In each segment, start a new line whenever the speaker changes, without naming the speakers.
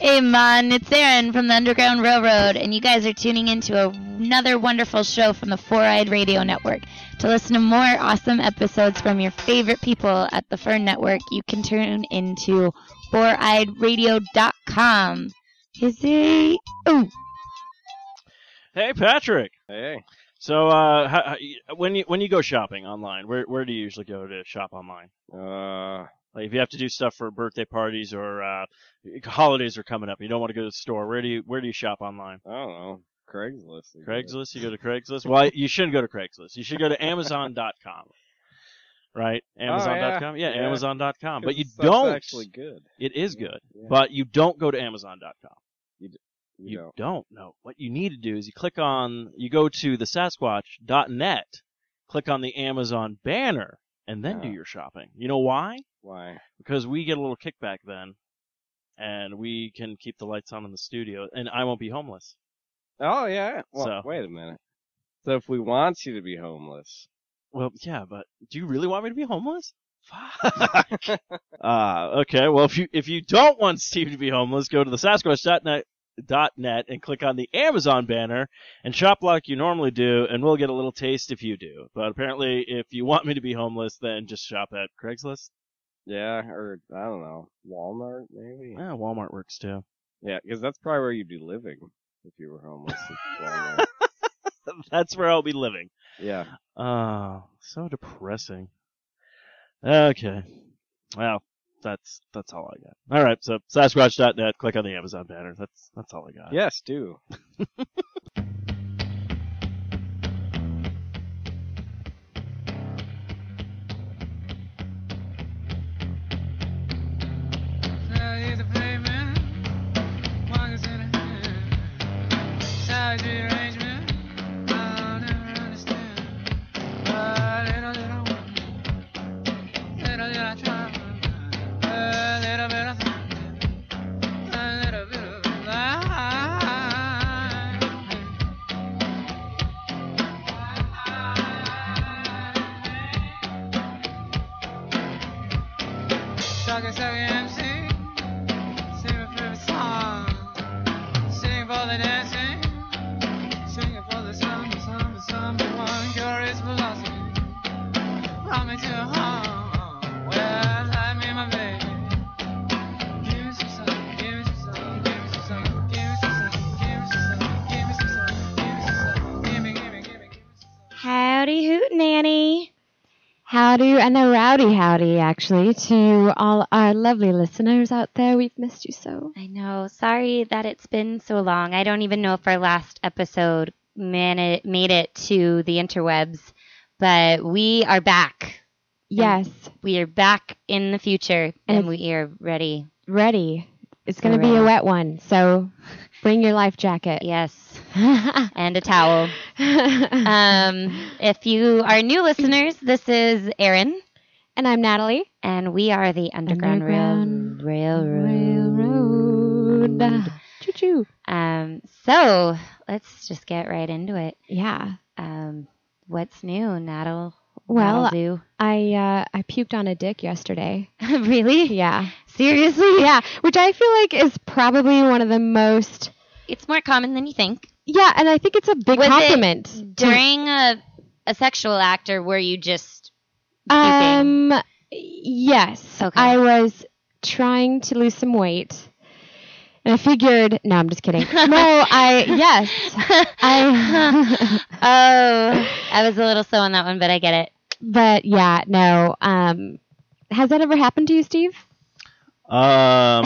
Hey, man, it's Aaron from the Underground Railroad, and you guys are tuning into another wonderful show from the Four Eyed Radio Network. To listen to more awesome episodes from your favorite people at the Fern Network, you can tune into foureyedradio.com. Is it? Ooh.
Hey, Patrick.
Hey.
So, uh, how, how, when you when you go shopping online, where where do you usually go to shop online?
Uh,
Like, if you have to do stuff for birthday parties or uh, holidays are coming up, you don't want to go to the store. Where do you where do you shop online?
I don't know. Craigslist. is good.
Craigslist. You go to Craigslist. Well, you shouldn't go to Craigslist. You should go to Amazon.com. Right? Amazon.com. yeah.
Oh, Yeah.
Amazon.com. But you
Because the stuff's
don't.
actually good.
it is good,
Yeah.
but you don't go to Amazon.com.
you know.
don't know. What you need to do is you click on, you go to the Sasquatch.net, click on the Amazon banner, and then do
Yeah.
your shopping. You know why?
why.
Because we get a little kickback then, and we can keep the lights on in the studio, and I won't be homeless.
Oh yeah. Well,
So.
wait a minute. So if we want you to be homeless,
Well, yeah, but do you really want me to be homeless? Fuck. Ah, okay. Well, if you if you don't want Steve to be homeless, go to the Sasquatch.net dot net and click on the Amazon banner and shop like you normally do, and we'll get a little taste if you do. But apparently, if you want me to be homeless, then just shop at Craigslist.
yeah, or I don't know, Walmart maybe.
Yeah, Walmart works too.
Yeah, because that's probably where you'd be living if you were homeless. it's Walmart.
That's where I'll be living.
yeah.
Oh, so depressing. Okay. Well, that's that's all I got. All right, so Sasquatch.net, click on the Amazon banner. That's that's all I got.
Yes, do.
Sucker, sucker, MC. Sing my favorite song. Sing for the dancing. Sing it for the summer, summer, summer. One curious philosophy. Brought me to home. Well, I made my baby. Give me some sun, give me some sun, give me some sun, give me some sun, give me some sun, give me some sun, give me some sun. Give me, give me, give me, give me some sun.
Howdy hoot nanny. Howdy and a rowdy howdy actually to all our lovely listeners out there. We've missed you so.
I know. Sorry that it's been so long. I don't even know if our last episode man- it made it to the interwebs, but we are back.
Yes,
We are back in the future
And
and we are ready.
ready. It's going to be a
Hooray.
wet one. So bring your life jacket. Uh,
Yes. And a towel. Um, if you are new listeners, this is Erin,
and I'm Natalie.
and we are the Underground, Rail-
Underground
Railroad.
Choo choo.
Um, so let's just get right into it.
Yeah.
Um, what's new, Natal?
Well,
Natal do?
I uh, I puked on a dick yesterday.
really?
Yeah.
Seriously?
Yeah, which I feel like is probably one of the most
It's more common than you think.
Yeah, and I think it's a big
Was it
compliment.
During a, a sexual act, or were you just
Um, yes.
Okay.
I was trying to lose some weight. And I figured, no, I'm just kidding. No, I, yes. I,
oh, I was a little slow on that one, but I get it.
but yeah, no. Um, has that ever happened to you, Steve?
Um,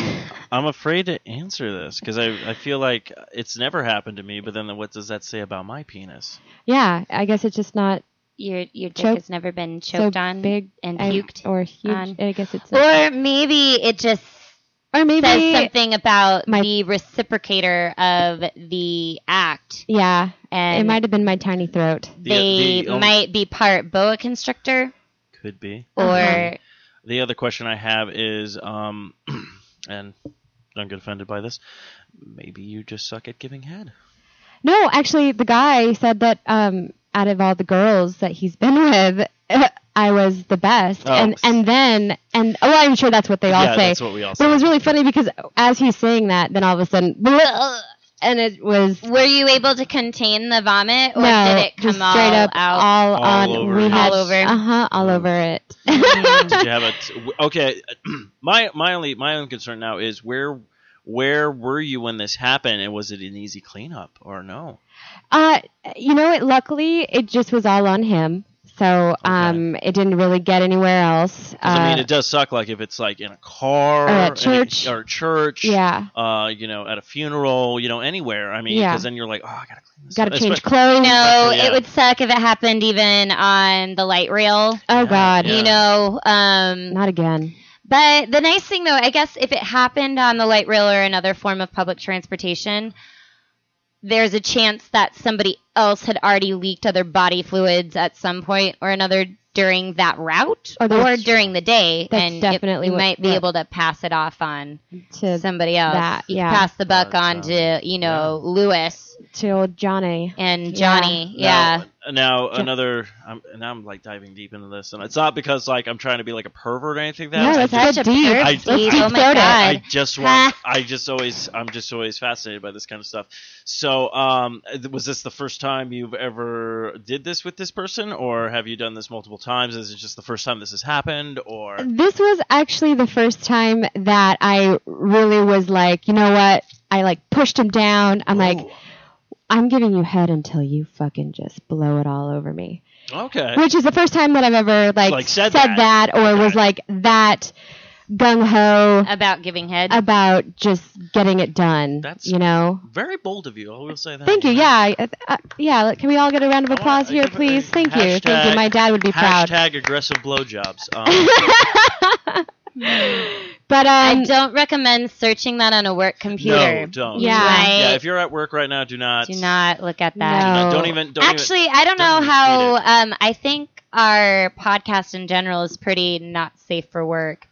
I'm afraid to answer this because I, I feel like it's never happened to me. But then what does that say about my penis?
Yeah, I guess it's just not
Your your dick
Choke-
has never been choked
so
on
big
and
I-
puked,
or huge.
on-
I guess it's not.
or maybe it just
or maybe
says something about
my-
the reciprocator uh, of the act,
Yeah, it
and
might have been my tiny throat.
they
the only-
might be part boa constrictor
Could be.
or
Uh-huh.
The other question I have is, um, and don't get offended by this. Maybe you just suck at giving head.
No, actually, the guy said that um, out of all the girls that he's been with, I was the best.
Oh.
And and then and oh, I'm sure that's what they all
yeah,
say.
that's what we all
But it
say.
was really funny because as he's saying that, then all of a sudden, and it was
Were you able to contain the vomit, or
no,
did it come
just
all
straight up
out?
all,
All
on.
over
um, we
it.
had
All over.
uh huh, all
Oh.
over it.
Did you have a t- okay. my my only my only concern now is where where were you when this happened, and was it an easy cleanup or no?
Uh, you know, it luckily it just was all on him, so um, it didn't really get anywhere else.
'Cause, I mean,
Uh,
it does suck. Like if it's like in a car
Or at
and it-
church.
or church.
yeah,
Uh, you know, at a funeral, you know, anywhere. I mean,
Yeah.
because then you're like, oh, I gotta clean this.
got
up.
to change
Espe-
clothes.
No,
Yeah.
it would suck if it happened even on the light rail.
Oh God,
Yeah.
You know, um,
not again.
But the nice thing, though, I guess if it happened on the light rail or another form of public transportation, there's a chance that somebody else had already leaked other body fluids at some point or another during that route
Or
or,
there's-
during the day,
that's
and it-
definitely
you
what-
might be
what-
able to pass it off on
To
somebody else.
that,
You
yeah.
Pass the buck
But,
on
um,
to you know Lewis
to old Johnny.
and
Yeah.
Johnny. Yeah.
Now- uh, Now, another. I'm, now I'm like diving deep into this, and it's not because like I'm trying to be like a pervert or anything like that.
No,
I
that's
just-
such a deep-
perv,
I-
Steve.
let's
oh
deep
my
throat it.
god.
I just want. I just always. I'm just always fascinated by this kind of stuff. So, um, was this the first time you've ever did this with this person, or have you done this multiple times? Is it just the first time this has happened, or
This was actually the first time that I really was like, you know what? I like pushed him down. I'm like,
Ooh,
I'm giving you head until you fucking just blow it all over me.
okay,
Which is the first time that I've ever like,
Like, said
that.
that.
or
Okay.
was like that gung ho
about giving head.
about just getting it done.
That's-
you know.
very bold of you. I will say that.
Thank you. Yeah, I, I- uh, yeah. like, Can we all get a round of
I wanna-
applause here,
give it a
please? Thank you. Thank you.
Oh, hashtag-
My dad would be proud.
Hashtag aggressive blowjobs. Um,
But um,
I don't recommend searching that on a work computer.
no, don't.
Yeah.
Right?
Yeah, if you're at work right now, do not.
Do not look at
No.
that.
do not- don't even. Don't even-
Actually, I
don't
don't know
even
how.
read
Um, I think our podcast in general is pretty not safe for work.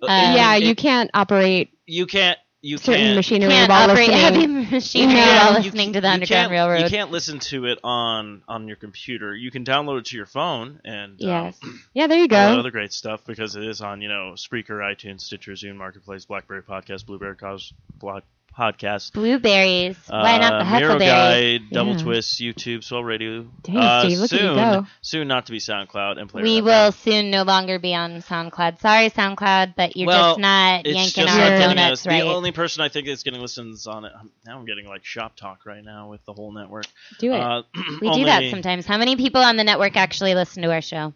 uh,
yeah,
it-
you can't operate
you can't. You
certain
can't.
machinery
Can't
while
operate heavy
listening.
machinery
No.
while
you
listening
c-
to the
you
Underground
can't- You
Railroad.
can't listen to it on on your computer. You can download it to your phone and um,
Yes.
Yeah, there you
all that
go.
other great stuff because it is on you know Spreaker, iTunes, Stitcher, Zune, Marketplace, BlackBerry Podcast, Blueberry Cause, Blog Podcast.
Blueberries. Why not the
uh, Miro
huckleberries?
Guide, Double
Yeah.
Twist, YouTube, Swell Radio.
Dang,
uh,
Steve, look at
soon,
you go.
soon not to be SoundCloud and Player.
We
FM.
will soon no longer be on SoundCloud. Sorry, SoundCloud, but you're
Well,
just not
It's
yanking
just
our
not
like
getting us.
donuts, right?
The only person I think that's getting listens on it. Now I'm getting like shop talk right now with the whole network.
Do it.
Uh,
we do
only-
that sometimes. How many people on the network actually listen to our show?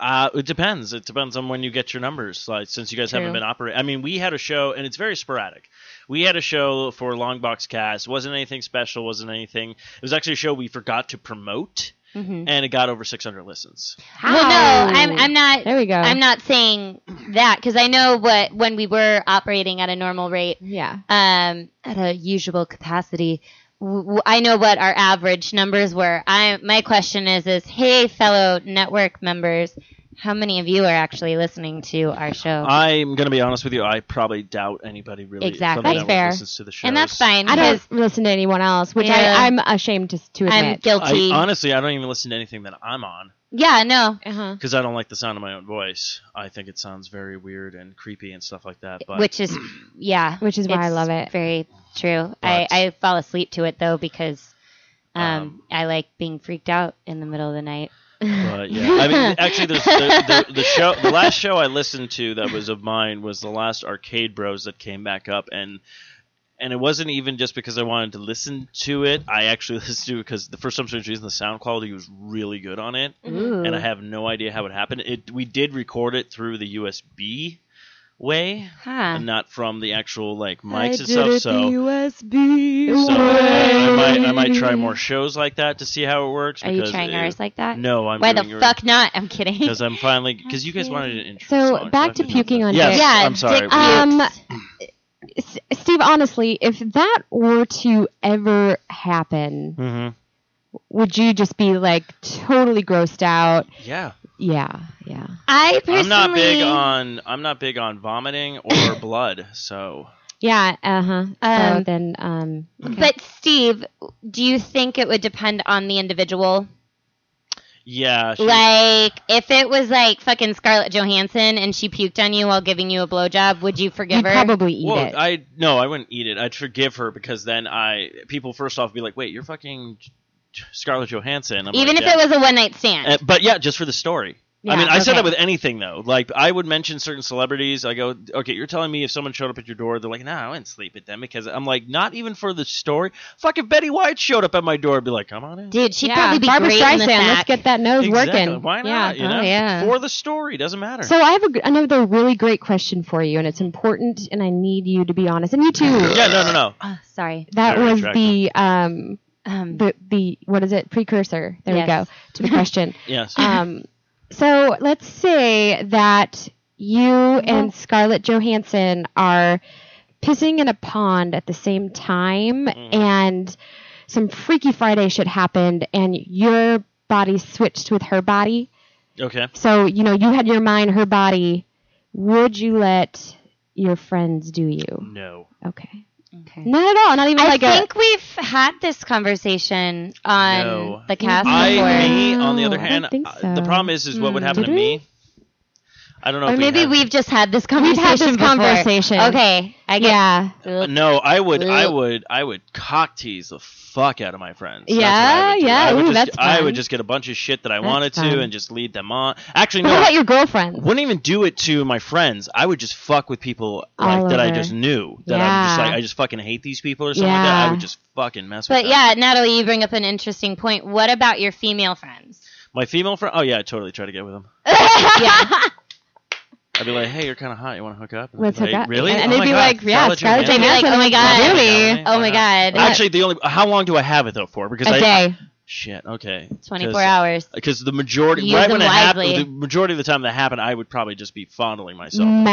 Uh, it depends. It depends on when you get your numbers. Like since you guys
True.
haven't been operating, I mean, we had a show, and it's very sporadic. We had a show for Longbox Cast. wasn't anything special. wasn't anything. It was actually a show we forgot to promote,
Mhm.
and it got over 600 listens.
Well,
How?
no, I'm, I'm not.
There we go.
I'm not saying that because I know what when we were operating at a normal rate,
yeah.
um, at a usual capacity. w- w- I know what our average numbers were. I my question is is hey fellow network members, how many of you are actually listening to our show?
I'm gonna be honest with you. I probably doubt anybody really.
Exactly.
from the
That's
network
fair.
Listens to the shows.
and that's fine.
I don't
'cause
listen to anyone else, which
Yeah.
I, I'm ashamed to, to admit.
I'm guilty.
I, honestly, I don't even listen to anything that I'm on
yeah, no.
uh-huh.
because I don't like the sound of my own voice. I think it sounds very weird and creepy and stuff like that. But
Which is yeah,
Which is why I
it's
love it.
Very true. I
But-
I fall asleep to it though because um
Um,
I like being freaked out in the middle of the night.
But yeah, I mean, actually, there's the, the, the show, the last show I listened to that was of mine was the last Arcade Bros that came back up, and and it wasn't even just because I wanted to listen to it. I actually listened to it because the first time for some reason the sound quality was really good on it,
Ooh.
and I have no idea how it happened. It we did record it through the USB way,
Huh.
and not from the actual like mics and stuff. So.
USB.
So I, I might I might try more shows like that to see how it works.
Are you
because
trying
it-
ours like that?
No, I'm
Why the
doing yours.
fuck not? I'm kidding.
Because I'm finally because you guys wanted an intro.
So,
song,
back to
I can do
puking
that.
on
yes,
dick.
Yeah,
I'm sorry.
dick-
we-
Um, S- Steve, honestly, if that were to ever happen,
Mhm.
would you just be like totally grossed out?
Yeah,
Yeah, yeah.
I personally,
I'm not big on I'm not big on vomiting or blood. So
Yeah, uh huh. so
Um,
then, um,
But Steve, do you think it would depend on the individual?
Yeah. she-
Like, if it was like fucking Scarlett Johansson and she puked on you while giving you a blowjob, would you forgive
You'd
her?
probably eat
well,
it.
I no, I wouldn't eat it. I'd forgive her because then I people first off be like, wait, you're fucking J- J- Scarlett Johansson. I'm
Even
like,
if
yeah.
it was a one night stand.
Uh, but yeah, just for the story. I
Yeah,
mean, I said
okay.
that with anything though. Like, I would mention certain celebrities. I go, okay, you're telling me if someone showed up at your door, they're like, nah, I wouldn't sleep with them because I'm like, not even for the story. Fucking Betty White showed up at my door, I'd be like, come on in.
Dude, she'd
Yeah,
probably be
Barbra
great in the
Streisand.
sack.
Let's get that nose
Exactly.
working.
Why not?
Yeah.
you know?
Oh, yeah.
For the story, doesn't matter.
So I have a, another really great question for you, and it's important, and I need you to be honest, and you too.
yeah, no, no, no.
Oh, sorry.
That
Very
was the um
Um,
the the what is it precursor? There we
Yes.
go to the question.
Yes.
Uh,
um, so let's say that you and Scarlett Johansson are pissing in a pond at the same time,
Mhm.
and some Freaky Friday shit happened, and your body switched with her body.
Okay.
So, you know, you had your mind, her body. Would you let your friends do you?
No.
Okay.
okay.
Not at all. Not even
I
like
think we've had this conversation on
No.
the cast before.
I, me, on the
No,
other
I don't
hand,
think
uh, the
so.
problem is, is what would
Hmm.
happen
Did
to me? I don't know.
or
if
maybe
have-
we've just had this
a. We've
conversation.
had this
before.
conversation.
Okay. I get
Yeah.
Uh, No, I would, I
Ugh.
would, I would cock tease the fuck out of my friends. That's
Yeah,
what I would do.
yeah,
I would,
ooh,
just,
that's
I
fun.
would just get a bunch of shit that I
That's
wanted
fun.
to and just lead them on. Actually,
But what
no,
about your girlfriends?
wouldn't even do it to my friends. I would just fuck with people like
All
that I
over.
just knew that I'm just
Yeah.
like I just fucking hate these people or something like that. I
Yeah.
would just fucking mess with
But
them.
yeah, Natalie, you bring up an interesting point. What about your female friends?
My female friend. Oh yeah, I totally try to get with them.
yeah.
I'd be like, hey, you're kind of hot. You want to hook up? And
Let's
they'd be
hook
like,
up.
Really?
And- and
oh
they'd
my
be
God,
like, yeah,
Scarlett
Scarlett
They'd be like,
Johansson.
oh my god.
Really?
Oh my god.
Actually, the only how long do I have it though for? Because I
a day.
shit. Okay,
24 hours.
Because the majority,
Use
right
them
when it happened,
wisely.
the majority of the time that happened, I would probably just be fondling myself, For the-
Mm,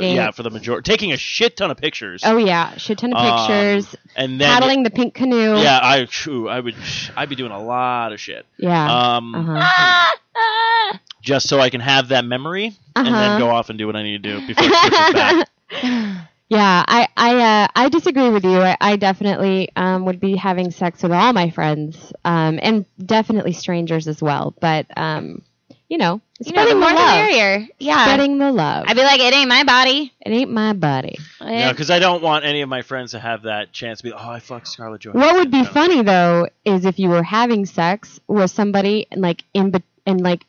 Masturbating.
yeah, for the majority, taking a shit ton of pictures,
Oh, yeah. Shit ton of
Um,
pictures.
and then
paddling the pink canoe.
yeah, I, phew, I would, I'd be doing a lot of shit,
Yeah.
um,
uh-huh.
just so I can have that memory and
Uh-huh.
then go off and do what I need to do before it switches back.
Yeah, I I uh, I disagree with you. I, I definitely um, would be having sex with all my friends, um, and definitely strangers as well. But um, you know,
You know, the
spreading
more
the
the
love,
merrier. Yeah.
spreading the love.
I'd be like, it ain't my body.
it ain't my body.
because I don't want any of my friends to have that chance to be, like, oh, I fucked Scarlett Johansson.
What would be
No.
funny though is if you were having sex with somebody and like in be- and like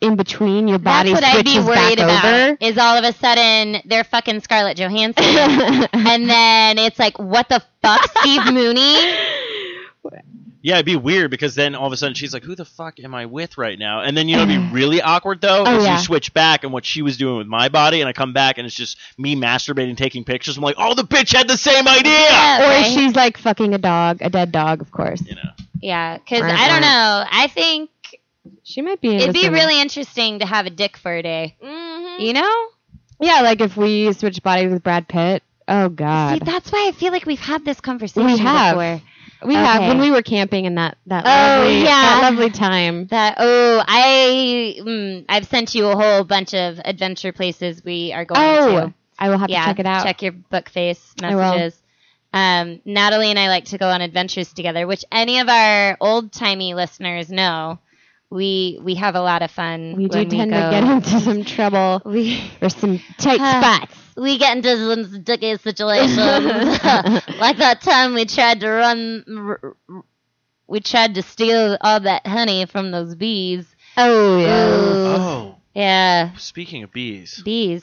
in between your
That's
body
what I'd be
switches
worried
back
about.
over.
Is all of a sudden they're fucking Scarlett Johansson, and then it's like, what the fuck, Steve Mooney?
Yeah, it'd be weird because then all of a sudden she's like, "Who the fuck am I with right now?" And then you know, it'd
Mm.
be really awkward though
Oh,
if
yeah.
you switch back and what she was doing with my body, and I come back and it's just me masturbating, taking pictures. I'm like, "Oh, the bitch had the same idea."
Yeah.
or
right?
if she's like fucking a dog, a dead dog, of course.
You know,
Yeah, because
Right,
I don't
right.
know. I think
She might be.
it'd
into
be
some-
really interesting to have a dick for a day.
Mm-hmm.
You know?
Yeah, like if we switch bodies with Brad Pitt. Oh
See,
God,
that's why I feel like we've had this conversation
We have.
before.
we have
okay.
when we were camping and that that
Oh,
lovely, that
yeah.
lovely time.
That oh, I mm, I've sent you a whole bunch of adventure places we are going
Oh,
to.
I will have
yeah,
to check it out.
Check your book face
I will.
messages. Um, Natalie and I like to go on adventures together, which any of our old timey listeners know. We we have a lot of fun.
we do
when
tend
go.
to get into some trouble
we
or some tight
Uh,
spots.
we get into some sticky situations. like that time we tried to run, r- r- we tried to steal all that honey from those bees.
Oh
Ooh.
oh,
Yeah,
speaking of bees,
bees.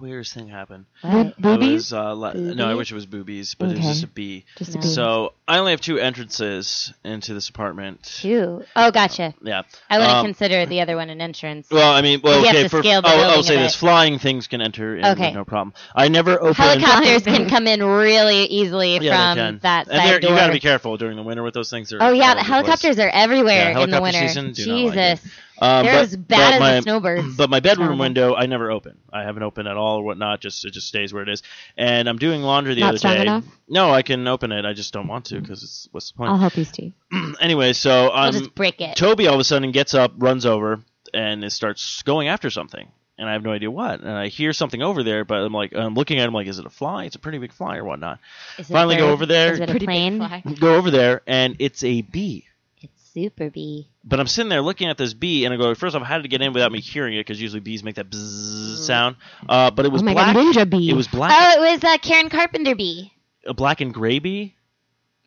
weirdest thing happened.
Bo-
It
boobies.
was, uh, la- no, I wish it was boobies, but it was
Okay.
just a bee.
Just
No.
a boob.
So I only have two entrances into this apartment.
Ew. Oh, gotcha.
Yeah.
I wouldn't
Um,
consider the other one an entrance.
Well, I mean, well,
You have
okay.
to
For,
scale the
I'll,
building
I'll say
a
this:
bit.
flying things can enter, in,
Okay.
no problem. I never opened.
Helicopters can
Flying.
come in really easily
Yeah, they
from
can.
um, that
And they're-
side door.
you got to be careful during the winter with those things. They're
oh yeah,
all
the
over place.
helicopters are everywhere
Yeah,
in the
helicopter
winter.
season, do not like
Jesus,
Um,
they're
but-
as bad
but
as
my-
the snowbirds.
But my bedroom
Terrible.
window, I never open. I haven't opened at all or whatnot. Just it just stays where it is. And I'm doing laundry the
Not
other
strong
day.
enough?
No, I can open it. I just don't want to because it's what's the
I'll
point?
help you, Steve.
anyway, so
We'll
I'm
just break it.
Toby all of a sudden gets up, runs over, and it starts going after something. And I have no idea what. And I hear something over there, but I'm like, I'm looking at him like, is it a fly? It's a pretty big fly or whatnot.
Is it a
Finally, go
bird?
over there.
Is it a
Pretty big
plane?
fly.
Go over there, and it's a bee.
It's super bee.
But I'm sitting there looking at this bee, and I go, first off, how did it get in without me hearing it? Because usually bees make that bzzz sound. Uh, but it was
oh my
black.
god, ninja bee.
It was black,
Oh, it was uh, Karen Carpenter bee.
a black and gray bee.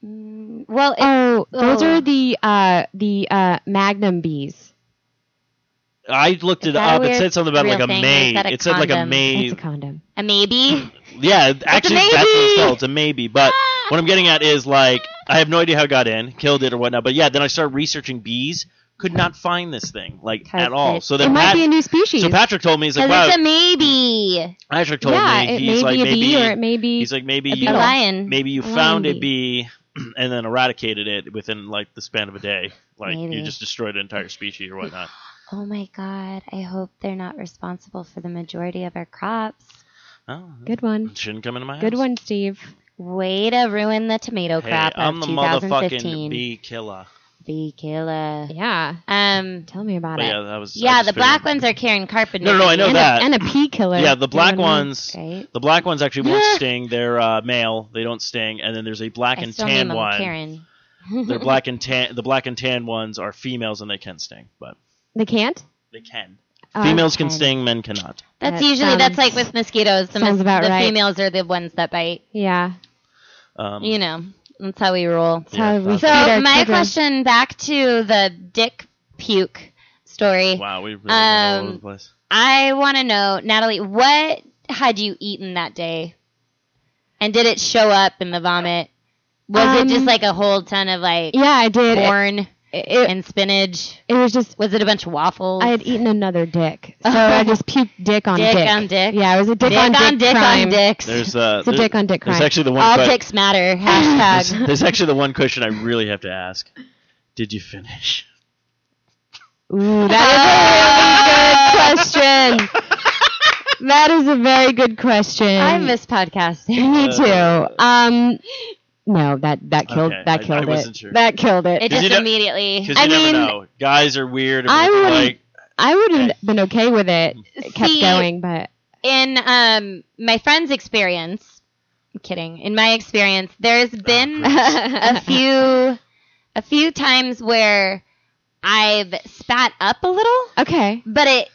Mm, Well, it,
Oh, those
Oh.
are the uh, the uh, magnum bees.
I looked
Is
it
that a
up. It
weird
said something about
real
like a
thing, or is
may.
that a
It said like a
condom?
may.
It's a condom.
a
Hmm.
maybe.
Yeah, actually,
maybe!
that's what it's called. It's a maybe. But what I'm getting at is like I have no idea how it got in, killed it or whatnot. But yeah, then I started researching bees, could not find this thing like at
Because
all.
it-
So
It
then
might
Pat,
be a new species.
so Patrick told me he's like,
Because
wow.
it's a maybe.
Patrick told
yeah,
me
it
he's
may
like
be a
maybe
bee or it may be.
he's like maybe
a
you
A
beetle.
lion.
maybe you
Lion
found a
bee.
bee and then eradicated it within like the span of a day. Like you
Maybe.
just destroyed an entire species or whatnot.
Oh my god, I hope they're not responsible for the majority of our crops.
Oh,
Good one.
shouldn't come into my house.
Good one, Steve.
Way to ruin the tomato
Hey,
crop
I'm
of
the motherfucking
2015.
bee killer.
Bee killer.
Yeah.
Um,
Tell me about
But
it.
yeah, that was I
yeah,
just
the black
figured-
ones are Karen Carpenter.
No, no, I know
and,
that.
A, and a pea killer.
Yeah, the
You
black
know what I mean?
ones.
Right?
The black ones actually won't sting. They're uh, male. They don't sting. And then there's a black
I
and
still name
tan
them
one.
Karen.
They're black and tan. The black and tan ones are females, and they can sting, but
They can't.
they can.
Oh,
Females can
okay.
sting. Men cannot.
That's
That
usually that's
sounds-
like with mosquitoes. The,
sounds
mos-
about
the
right.
females are the ones that bite.
Yeah.
Um,
You know, that's how we roll.
That's how
Yeah,
we
that's-
So
feed our
my
children.
question back to the dick puke story.
Wow, we really went all
Um,
over the place.
I want to know, Natalie, what had you eaten that day? And did it show up in the vomit? Was
Um,
it just like a whole ton of like
Yeah, I did. It,
corn
it,
and spinach?
it was just.
Was it a bunch of waffles?
I had eaten another dick, so I just puked dick on
Dick
dick.
on dick.
Yeah, it was a dick,
dick
on dick,
dick
crime.
on dicks.
There's uh,
It's a
there's-
dick on dick
There's
crime.
actually the one.
All
que-
dicks matter. Hashtag.
There's actually the one question I really have to ask. Did you finish?
Ooh, that is a really good question. That is a very good question.
I miss podcasting.
Me
Uh,
too. Um, no, that that killed
Okay,
that
I- I
killed it.
wasn't sure.
That killed it.
It
Did you
just
know-
immediately.
Because you
I
never
mean,
know. Guys are weird. And
I
people
wouldn't-
like,
I would have been okay with it. It kept
See,
going, but
in um my friend's experience I'm kidding in my experience there's been
Uh,
a few a few times where i've spat up a little
okay.
but it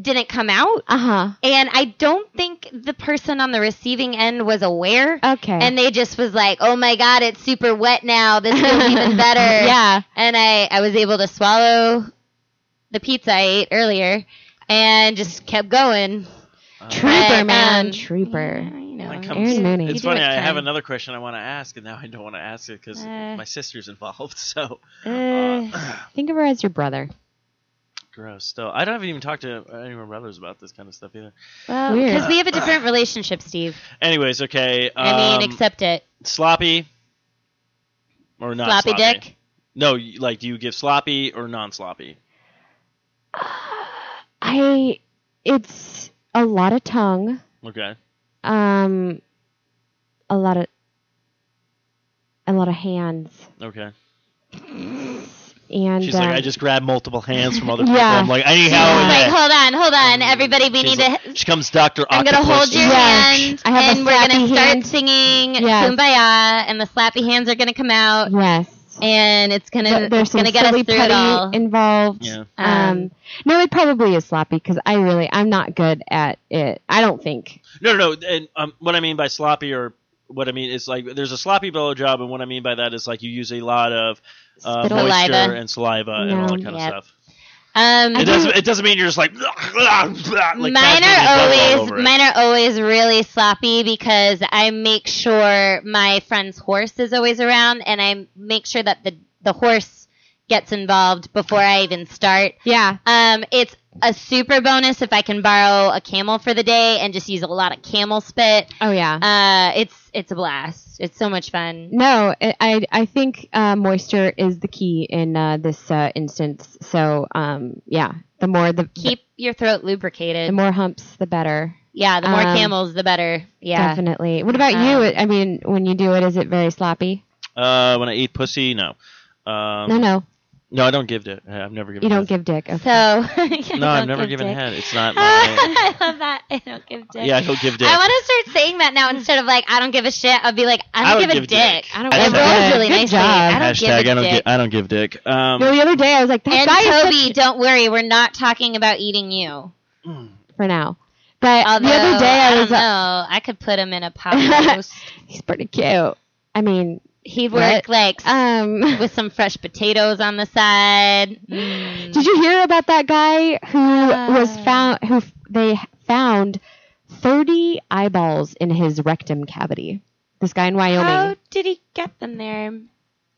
didn't come out
Uh huh.
and i don't think the person on the receiving end was aware
Okay.
and they just was like oh my god it's super wet now this feels even better
yeah.
and I, I was able to swallow the pizza I ate earlier and just kept going.
Trooper,
um,
man. Trooper.
Yeah, you know,
Like,
you
comes-
do-
Mooney.
you
It's
do
funny.
it
I have
time.
another question I want to ask, and now I don't want to ask it because
Uh.
my sister's involved. So
Uh,
Think of her as your brother.
gross. Still, I don't haven't even talked to any of my brothers about this kind of stuff either.
well,
Weird.
because we have a different relationship, Steve.
Anyways, okay. Um,
I mean, accept it.
sloppy or not
Floppy
sloppy.
dick.
No, you- like do you give sloppy or non-sloppy?
I. It's a lot of tongue.
Okay.
Um, a lot of a lot of hands
Okay.
and
She's
um,
like, I just grabbed multiple hands from other
Yeah.
people. I'm like, I need help
Yeah.
with
Like,
that.
hold on, hold
Um,
on, everybody. We
She's
need to.
like- She comes Doctor
I'm gonna hold your
Yeah.
hand,
I have a
and we're gonna
slappy
start
hand.
singing
Yes.
"Kumbaya," and the slappy hands are gonna come out,
yes.
and it's gonna
Th- There's
it's
some
gonna get us
silly
through it
putty
all.
involved.
Yeah.
Um, no, it probably is sloppy because I really I'm not good at it. I don't think.
No, no, no. And um, what I mean by sloppy, or what I mean is like there's a sloppy blow job, and what I mean by that is like you use a lot of uh,
Spit-
moisture
Saliva.
and saliva and all that kind
Yep.
of stuff.
um,
It doesn't. It doesn't mean you're just like. like
mine
Tasmanian devil all
are always
over it.
mine are always really sloppy because I make sure my friend's horse is always around, and I make sure that the the horse gets involved before I even start.
Yeah.
Um, it's a super bonus if I can borrow a camel for the day and just use a lot of camel spit.
Oh yeah.
Uh, it's it's a blast. It's so much fun.
No, I I, I think uh, moisture is the key in uh, this uh, instance. So um, yeah, the more the
Keep your throat
the
lubricated.
more humps, the better.
yeah, the more
um,
camels, the better. Yeah.
Definitely. What about you?
Um,
I mean, when you do it, is it very sloppy?
Uh, when I eat pussy, no. Um,
no, no.
No, I don't give dick. I've never given.
You don't
head.
give dick. Okay.
So I
No, I've
don't
never
give
given
dick.
head. It's not my.
I love that. I don't give dick.
yeah, he'll give dick.
I want to start saying that now instead of like I don't give a shit. I'll be like I don't, give, a dick.
I don't
I
give
don't
a
know.
dick.
Really
Good
nicely.
job.
I don't
Hashtag
give a
I don't
dick.
gi- I don't give dick. Um,
no, the other day I was like, that
And
guy is such-
Toby, don't worry, we're not talking about eating you.
for now. But
Although,
the other day I,
I
was
um,
don't
like,
know, I could put him in a pot roast.
he's pretty cute. I mean,
He'd work like
um,
with some fresh potatoes on the side. Mm.
did you hear about that guy who was
Uh.
found? Who f- they found thirty eyeballs in his rectum cavity. This guy in
How
Wyoming.
did he get them there?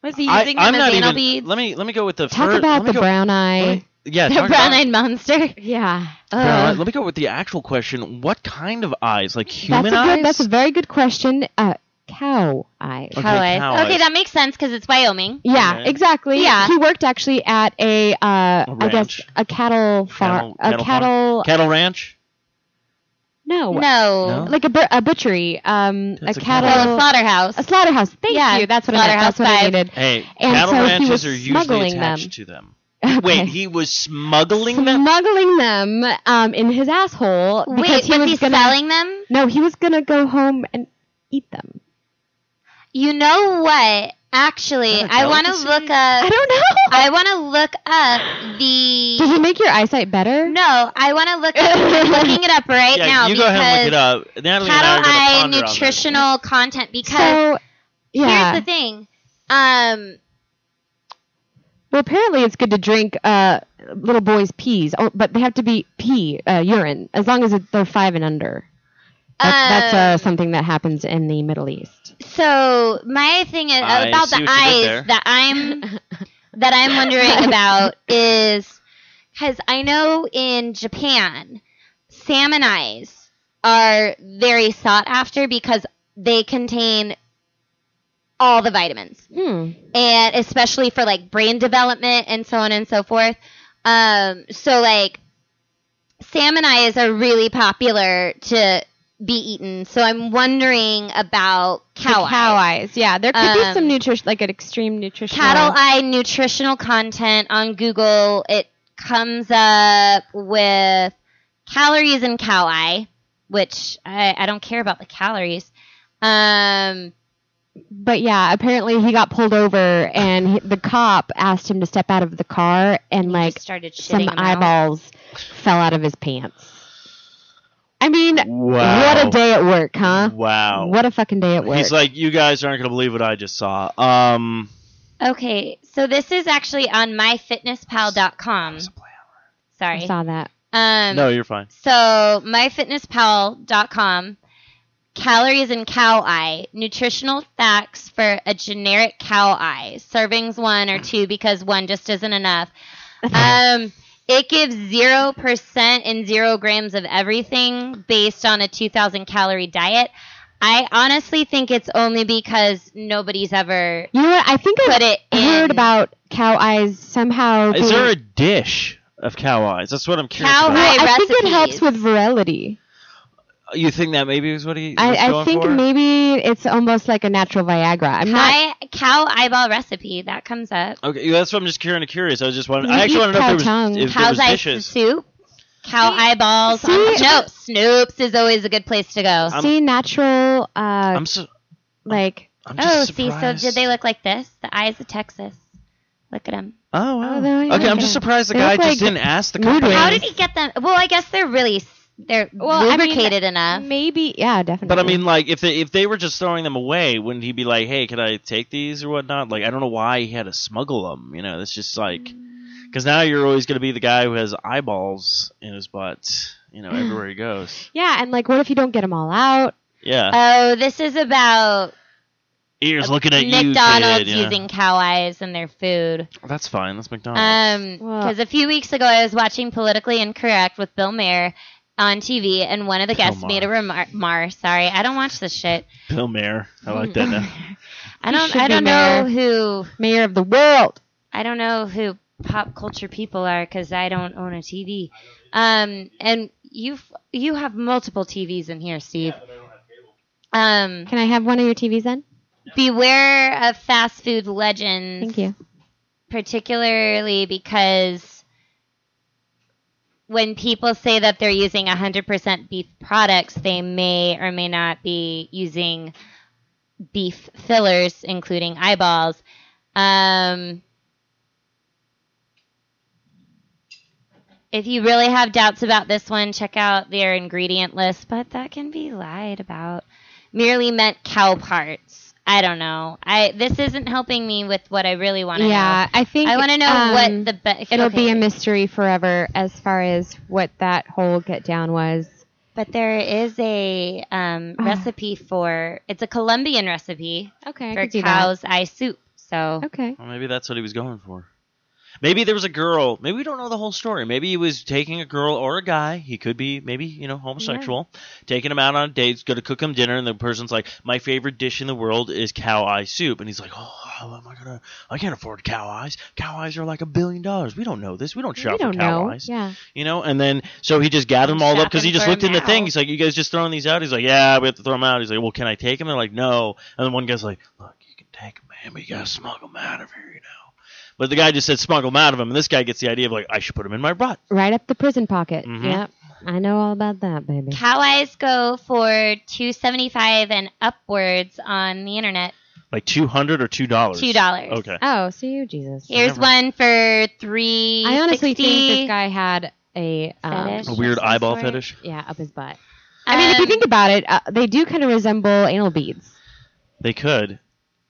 Was he
I,
using
I'm
them
not
as anal
even.
beads?
Let me let me go with the
Talk
fir- let
about
me
the
go-
brown
let
eye.
me- Yeah,
the
talk about-
brown-eyed monster.
Yeah,
Brown eye.
Ugh.
Let me go with the actual question. What kind of eyes? Like
that's a
human eyes?
good. That's a very good question. Uh, cow eye.
Okay,
Cow eyes.
cow
Okay,
eyes.
that makes sense because it's Wyoming.
Yeah,
Okay.
exactly.
Yeah.
he worked actually at a, uh, I guess
ranch.
a cattle farm,
Cattle- cattle
a
farm?
cattle.
Cattle ranch. Oh,
No,
No.
like a, bur- a butchery, um, a
That's a
cattle,
Well, a slaughterhouse.
a slaughterhouse. Thank
Yeah,
you. That's what I meant. That's what I
slaughterhouse
needed.
Hey,
And
cattle
so he
ranches
was
are usually
smuggling
attached
them.
to them.
Okay.
Wait, he was smuggling them.
smuggling them um, in his asshole because
Wait,
he
was
was
he
gonna.
selling them?
No, he was gonna go home and eat them.
You know what? Actually,
Is that a
I want to
delicacy?
look
I
up.
don't know.
Uh, I want to look up the.
Does it make your eyesight better?
No, I want to look. Up, I'm looking it up right
yeah,
now
you go
because
ahead and look it up. Natalie and
cattle
I
eye
are going to ponder
nutritional content. Because
So, yeah.
here's the thing. Um,
well, apparently it's good to drink uh, little boys' peas, oh, but they have to be pee uh, urine as long as it, they're five and under. That, that's
Um,
uh, something that happens in the Middle East.
so my thing is,
I
about
see
the
what you did there.
eyes that I'm that I'm wondering about is because I know in Japan, salmon eyes are very sought after because they contain all the vitamins
Hmm.
and especially for like brain development and so on and so forth. Um, so like salmon eyes are really popular to be eaten. So I'm wondering about cow,
The cow
eyes.
eyes. Yeah, there could be
Um,
some nutrition, like an extreme nutrition.
Cattle eye nutritional content on Google. It comes up with calories in cow eye, which I, I don't care about the calories. Um,
But yeah, apparently he got pulled over, and he, the cop asked him to step out of the car, and like
just started shitting
some
them out.
eyeballs fell out of his pants. I mean,
this. Wow.
what a day at work, huh?
Wow.
What a fucking day at work.
He's like, you guys aren't going to believe what I just saw. Um,
Okay, so this is actually on myfitnesspal.com.
I
Sorry.
saw that.
Um,
no, you're fine.
So myfitnesspal.com, calories in cow eye, nutritional facts for a generic cow eye, servings one or two because one just isn't enough. Um, it gives zero percent and zero grams of everything based on a 2,000 calorie diet. I honestly think it's only because nobody's ever
You know what? I think
put
I
it in.
heard about cow eyes somehow.
Is
being-
there a dish of cow eyes? That's what I'm curious
Cow
about.
eye-
I think it
recipes?
helps with virility.
You think that maybe is what he was
I, I
going
think
for?
maybe it's almost like a natural Viagra. I'm not.
Cow- cow eyeball recipe that comes up.
Okay, yeah, that's what I'm just kind of curious. I was just wondering.
We
I actually
eat
want to know
cow
if there was,
tongue.
if there
Cow's
was
eye
dishes.
soup. Cow eyeballs.
See?
Snopes. Snopes is always a good place to go.
I'm-
See, natural, uh,
Um, I'm so,
like
I'm just
Oh, see, so
surprised.
did they look like this? The eyes of Texas. Look at them.
Oh, wow.
Oh, they're like-
okay, I'm just
okay.
surprised the
They
guy
look
just
like
didn't ask the
noodles.
company.
How did he get them? Well, I guess they're really s- they're
Well, I mean, uh,
lubricated enough.
maybe. Yeah, definitely.
But I mean, like, if they if they were just throwing them away, wouldn't he be like, "Hey, can I take these or whatnot?" Like, I don't know why he had to smuggle them. You know, that's just like,
Mm.
because now you're always going to be the guy who has eyeballs in his butt. You know, everywhere he goes.
yeah, and like, what if you don't get them all out?
Yeah,
Oh, this is about
ears looking at you.
McDonald's
kid, you know.
using cow eyes in their food.
That's fine. That's McDonald's.
Um,
Well-
because a few weeks ago I was watching Politically Incorrect with Bill Mayer on TV, and one of the
Bill
guests
Maher.
made a remark. Mar, sorry, I don't watch this shit.
Bill Mayer. I like that. Now.
I
You
don't.
should
I
be
don't know who.
Mayor of the world.
I don't know who pop culture people are because I don't own a TV. Um, and you you have multiple TVs in here, Steve. Um,
Can I have one of your TVs then?
beware of fast food legends.
Thank you.
particularly because when people say that they're using 100% beef products, they may or may not be using beef fillers, including eyeballs. Um, if you really have doubts about this one, check out their ingredient list, but that can be lied about. Merely meant cow parts. I don't know. I this isn't helping me with what I really want to
yeah, I
know.
think
I want to know
um,
what the be-
It'll be
okay.
a mystery forever as far as what that whole get down was.
But there is a um,
Ah.
recipe for it's a Colombian recipe
Okay, I
for
could do
cow's eye soup. So
that. Okay.
Well, maybe that's what he was going for. Maybe there was a girl. Maybe we don't know the whole story. Maybe he was taking a girl or a guy. He could be maybe you know homosexual, taking him out on a date, going to cook him dinner, and the person's like, "My favorite dish in the world is cow eye soup," and he's like, "Oh, how am I gonna? I can't afford cow eyes. Cow eyes are like a billion dollars. We don't know this. We don't shop
we don't
for cow
know.
eyes,
Yeah.
you know." And then so he just gathered them all up because he
Shopping
just
for
looked in the
now.
thing. He's like, "You guys just throwing these out?" He's like, "Yeah, we have to throw them out." He's like, "Well, can I take them?" They're like, "No." And then one guy's like, "Look, you can take them, man, but you gotta smuggle them out of here, you know." But the guy just said smuggle them out of him, and this guy gets the idea of like, I should put them in my butt.
Right up the prison pocket.
Mhm.
Yep. I know all about that, baby.
cow eyes go for two seventy five and upwards on the internet.
Like two hundred or two dollars.
Two dollars.
Okay.
Oh, so you, Jesus.
Here's
Whatever.
one for three.
I honestly think this guy had a, um,
Fetish.
A weird
That's
eyeball
right.
fetish.
yeah, up his butt. I mean, if
Um,
you think about it, uh, they do kind of resemble anal beads.
They could,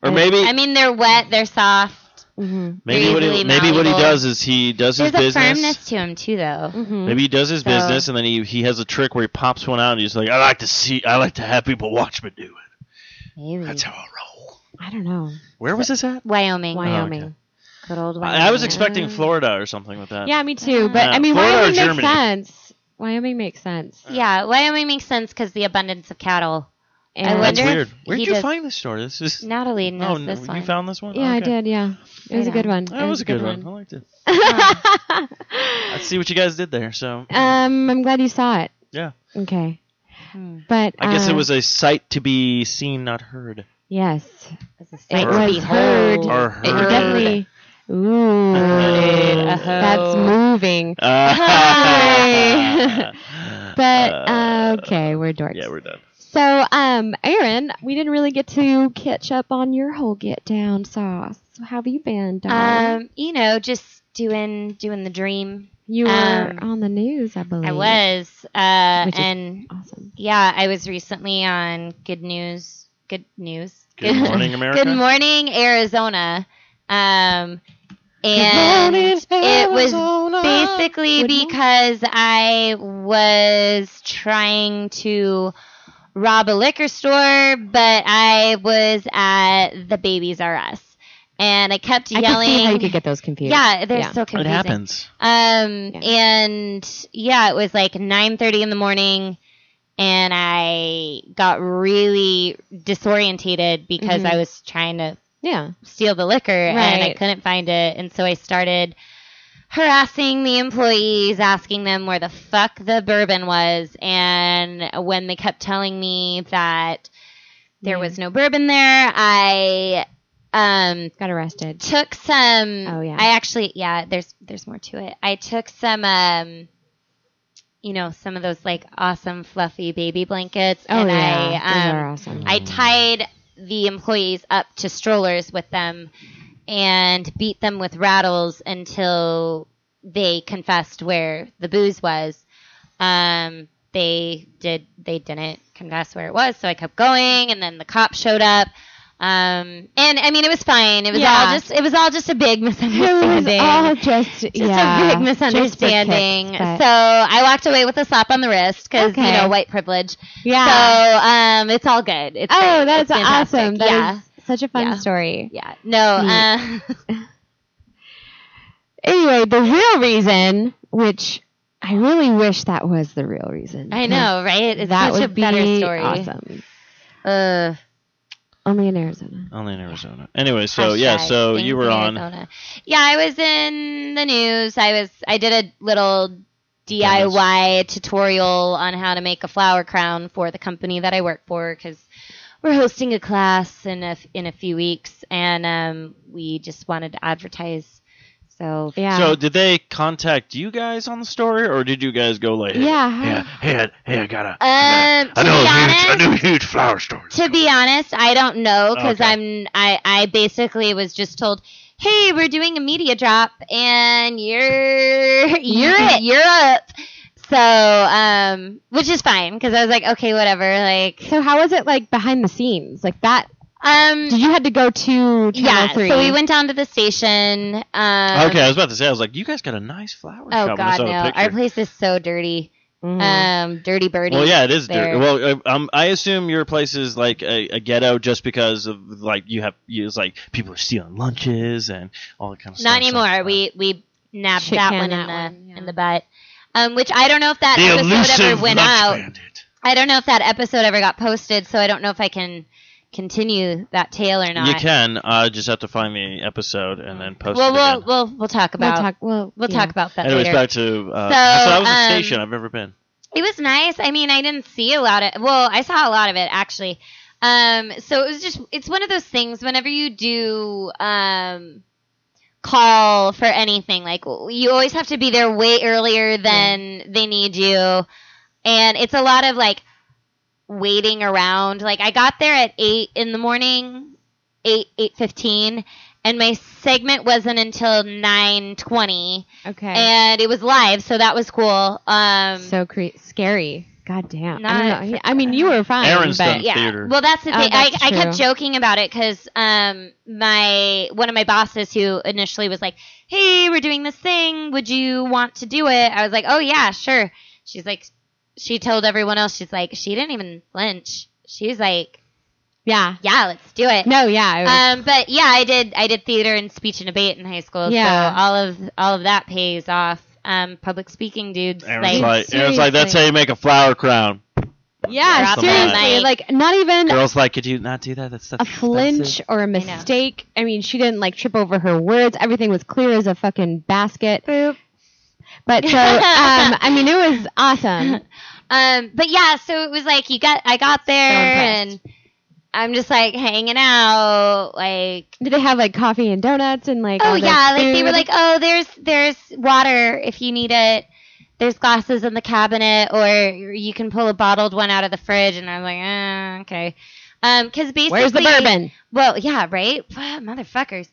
or
Yeah.
maybe
I mean, they're wet. They're soft.
Mm-hmm.
maybe what he,
really
maybe what he
malleable.
does is he does
There's
his
a
business.
firmness to him too, though.
Mm-hmm.
Maybe he does his
So-
business, and then he he has a trick where he pops one out, and he's like, I like to see, I like to have people watch me do it.
Maybe.
That's how I roll.
I don't know.
Where was this at?
Oh,
Wyoming.
Wyoming.
Good old Wyoming.
I, I was expecting Florida or something with that.
Yeah, me too. But
Yeah,
I mean,
Florida or
Wyoming makes
Germany?
sense. Wyoming makes sense.
Yeah, Wyoming makes sense because the abundance of cattle.
And
That's
wonder if
weird. Where
he
did you
does-
find this story? This is
Natalie
oh,
knows
no,
this
you
one.
found this one.
Yeah,
Okay.
I did. Yeah, it was a
Right
good
on.
one.
That was a good one. I liked it. I see what you guys did there. So
um, I'm glad you saw it.
Yeah.
Okay.
Hmm.
But
I guess it
uh,
was a sight to be seen, not heard.
Yes,
It's a sight
it
Or-
to
was heard.
behold.
Or
It
heard.
definitely. Ooh,
Heard.
that's moving.
Uh,
But
uh,
uh, okay, we're dorks.
Yeah, we're done.
so, um, Aaron, we didn't really get to catch up on your whole get down sauce. So how have you been, darling?
Um, you know, just doing doing the dream.
you were
um,
on the news, I
Mm.
believe.
I was, uh,
Which is-
and
Awesome.
yeah, I was recently on Good News. Good News.
Good morning, America.
Good morning, Arizona. Um, and it was basically
Good morning.
because I was trying to rob a liquor store, but I was at the Babies R Us, and I kept
I
yelling.
could see how you could get those confused.
yeah, they're so
It
confusing.
happens.
Um,
Yeah.
and yeah, it was like 9:30 in the morning and I got really disorientated because
Mhm.
I was trying to
Yeah.
steal the liquor and I
Right.
couldn't find it. And so I started harassing the employees, asking them where the fuck the bourbon was. And when they kept telling me that there
Yeah.
was no bourbon there, I um,
Got arrested.
took some.
Oh, yeah.
I actually yeah. There's there's more to it. I took some um. You know some of those like awesome fluffy baby blankets,
Oh
and
yeah,
I
those
um,
are awesome.
I tied the employees up to strollers with them and beat them with rattles until they confessed where the booze was. Um, they did. They didn't confess where it was, so I kept going, and then the cop showed up. Um, and I mean, it was fine. It was
Yeah.
all just. It was all just a big
it
misunderstanding.
was all just,
just
yeah,
a big
just for
misunderstanding.
kicks, but-
so I walked away with a slap on the wrist because you
Okay.
know white privilege.
yeah.
So um, it's all good. It's
oh,
great.
that's
It's fantastic.
awesome. That is Hmm.
yeah.
such a fun
Yeah.
story.
yeah. No. Uh,
Anyway, the real reason, which I really wish that was the real reason.
I know, right? It's
Hmm. that
such
would
a better
be
story.
awesome.
Uh,
Only in Arizona.
Only in Arizona. Anyway, so yeah,
hashtag
so you
things
were
in
on.
Arizona. Yeah, I was in the news. I was. I did a little DIY tutorial on how to make a flower crown for the company that I work for because we're hosting a class in a, in a few weeks, and um, we just wanted to advertise So
Yeah.
So did they contact you guys on the story, or did you guys go like, hey,
yeah. how-
yeah, hey, I- hey, I got a,
um, to
I know
be
a
honest,
huge, I know a huge flower store.
to be honest, I don't know because
Okay.
I'm I I basically was just told, hey, we're doing a media drop and you're you're it, you're up. So um, which is fine because I was like, okay, whatever, like
So how was it like behind the scenes? Like that?
um.
Did you had to go to Channel
yeah,
Three?
so we went down to the station. Um,
okay, I was about to say, I was like, you guys got a nice flower shop.
Oh
when I
God,
saw
no!
the
Our
picture.
place is so dirty.
Mhm.
Um, dirty birdie.
Well, yeah, it is dirty.
there.
Well, uh, um, I assume your place is like a, a ghetto just because of like you have you, it's like people are stealing lunches and all that kind of stuff.
Not
so,
anymore.
uh,
We we nabbed
Shit
that
can
one
that
in the
one, yeah.
in the butt. Um, which I don't know if that
the
episode
elusive
ever went
lunch
out.
bandit.
I don't know if that episode ever got posted, so I don't know if I can continue that tale or not.
You can uh, just have to find the episode and then post
well,
it
we'll
again.
we'll we'll talk about
We'll
we'll talk,
talk. We'll, yeah.
about that
Anyways,
later.
back to uh,
So,
so, that was a
um,
station I've never been.
It was nice. I mean, I didn't see a lot of. Well, I saw a lot of it actually. Um, so it was just. It's one of those things. Whenever you do um, call for anything, like you always have to be there way earlier than they need you, and it's a lot of like waiting around. Like I got there at eight in the morning, eight eight fifteen, and my segment wasn't until nine twenty,
Okay.
and it was live, so that was cool. Um,
so cre- scary. God damn. I,
Not
don't know. I mean, you were fine.
Aaron's
but
done.
yeah.
theater.
Well, that's the
Oh,
thing.
that's
I, I kept
true.
joking about it because um, my one of my bosses who initially was like, "Hey, we're doing this thing. Would you want to do it?" I was like, "Oh yeah, sure." She's like, she told everyone else. She's like, she didn't even flinch. She's like,
yeah.
"Yeah, let's do it."
No, yeah. It was,
Um, but yeah, I did. I did theater and speech and debate in high school.
Yeah.
So all of all of that pays off. Um, public speaking, dudes.
Aaron's
like,
like, Aaron's like, that's how you make a flower crown.
yeah,
dropped the
seriously.
mic.
Like, not even
Girls like, could you not do that? That's
a flinch or a mistake. I, mean, she didn't like trip over her words. Everything was clear as a fucking basket. But so, um, I mean, it was awesome.
Um, but yeah, so it was like you got I got there
impressed.
and I'm just like hanging out, like
Did they have like coffee and donuts and like?
oh
all the
yeah, like they
food?
were like oh there's there's water if you need it, there's glasses in the cabinet or you can pull a bottled one out of the fridge and I'm like uh, okay, um because basically
"Where's the bourbon?"
Well yeah right Wow, motherfuckers,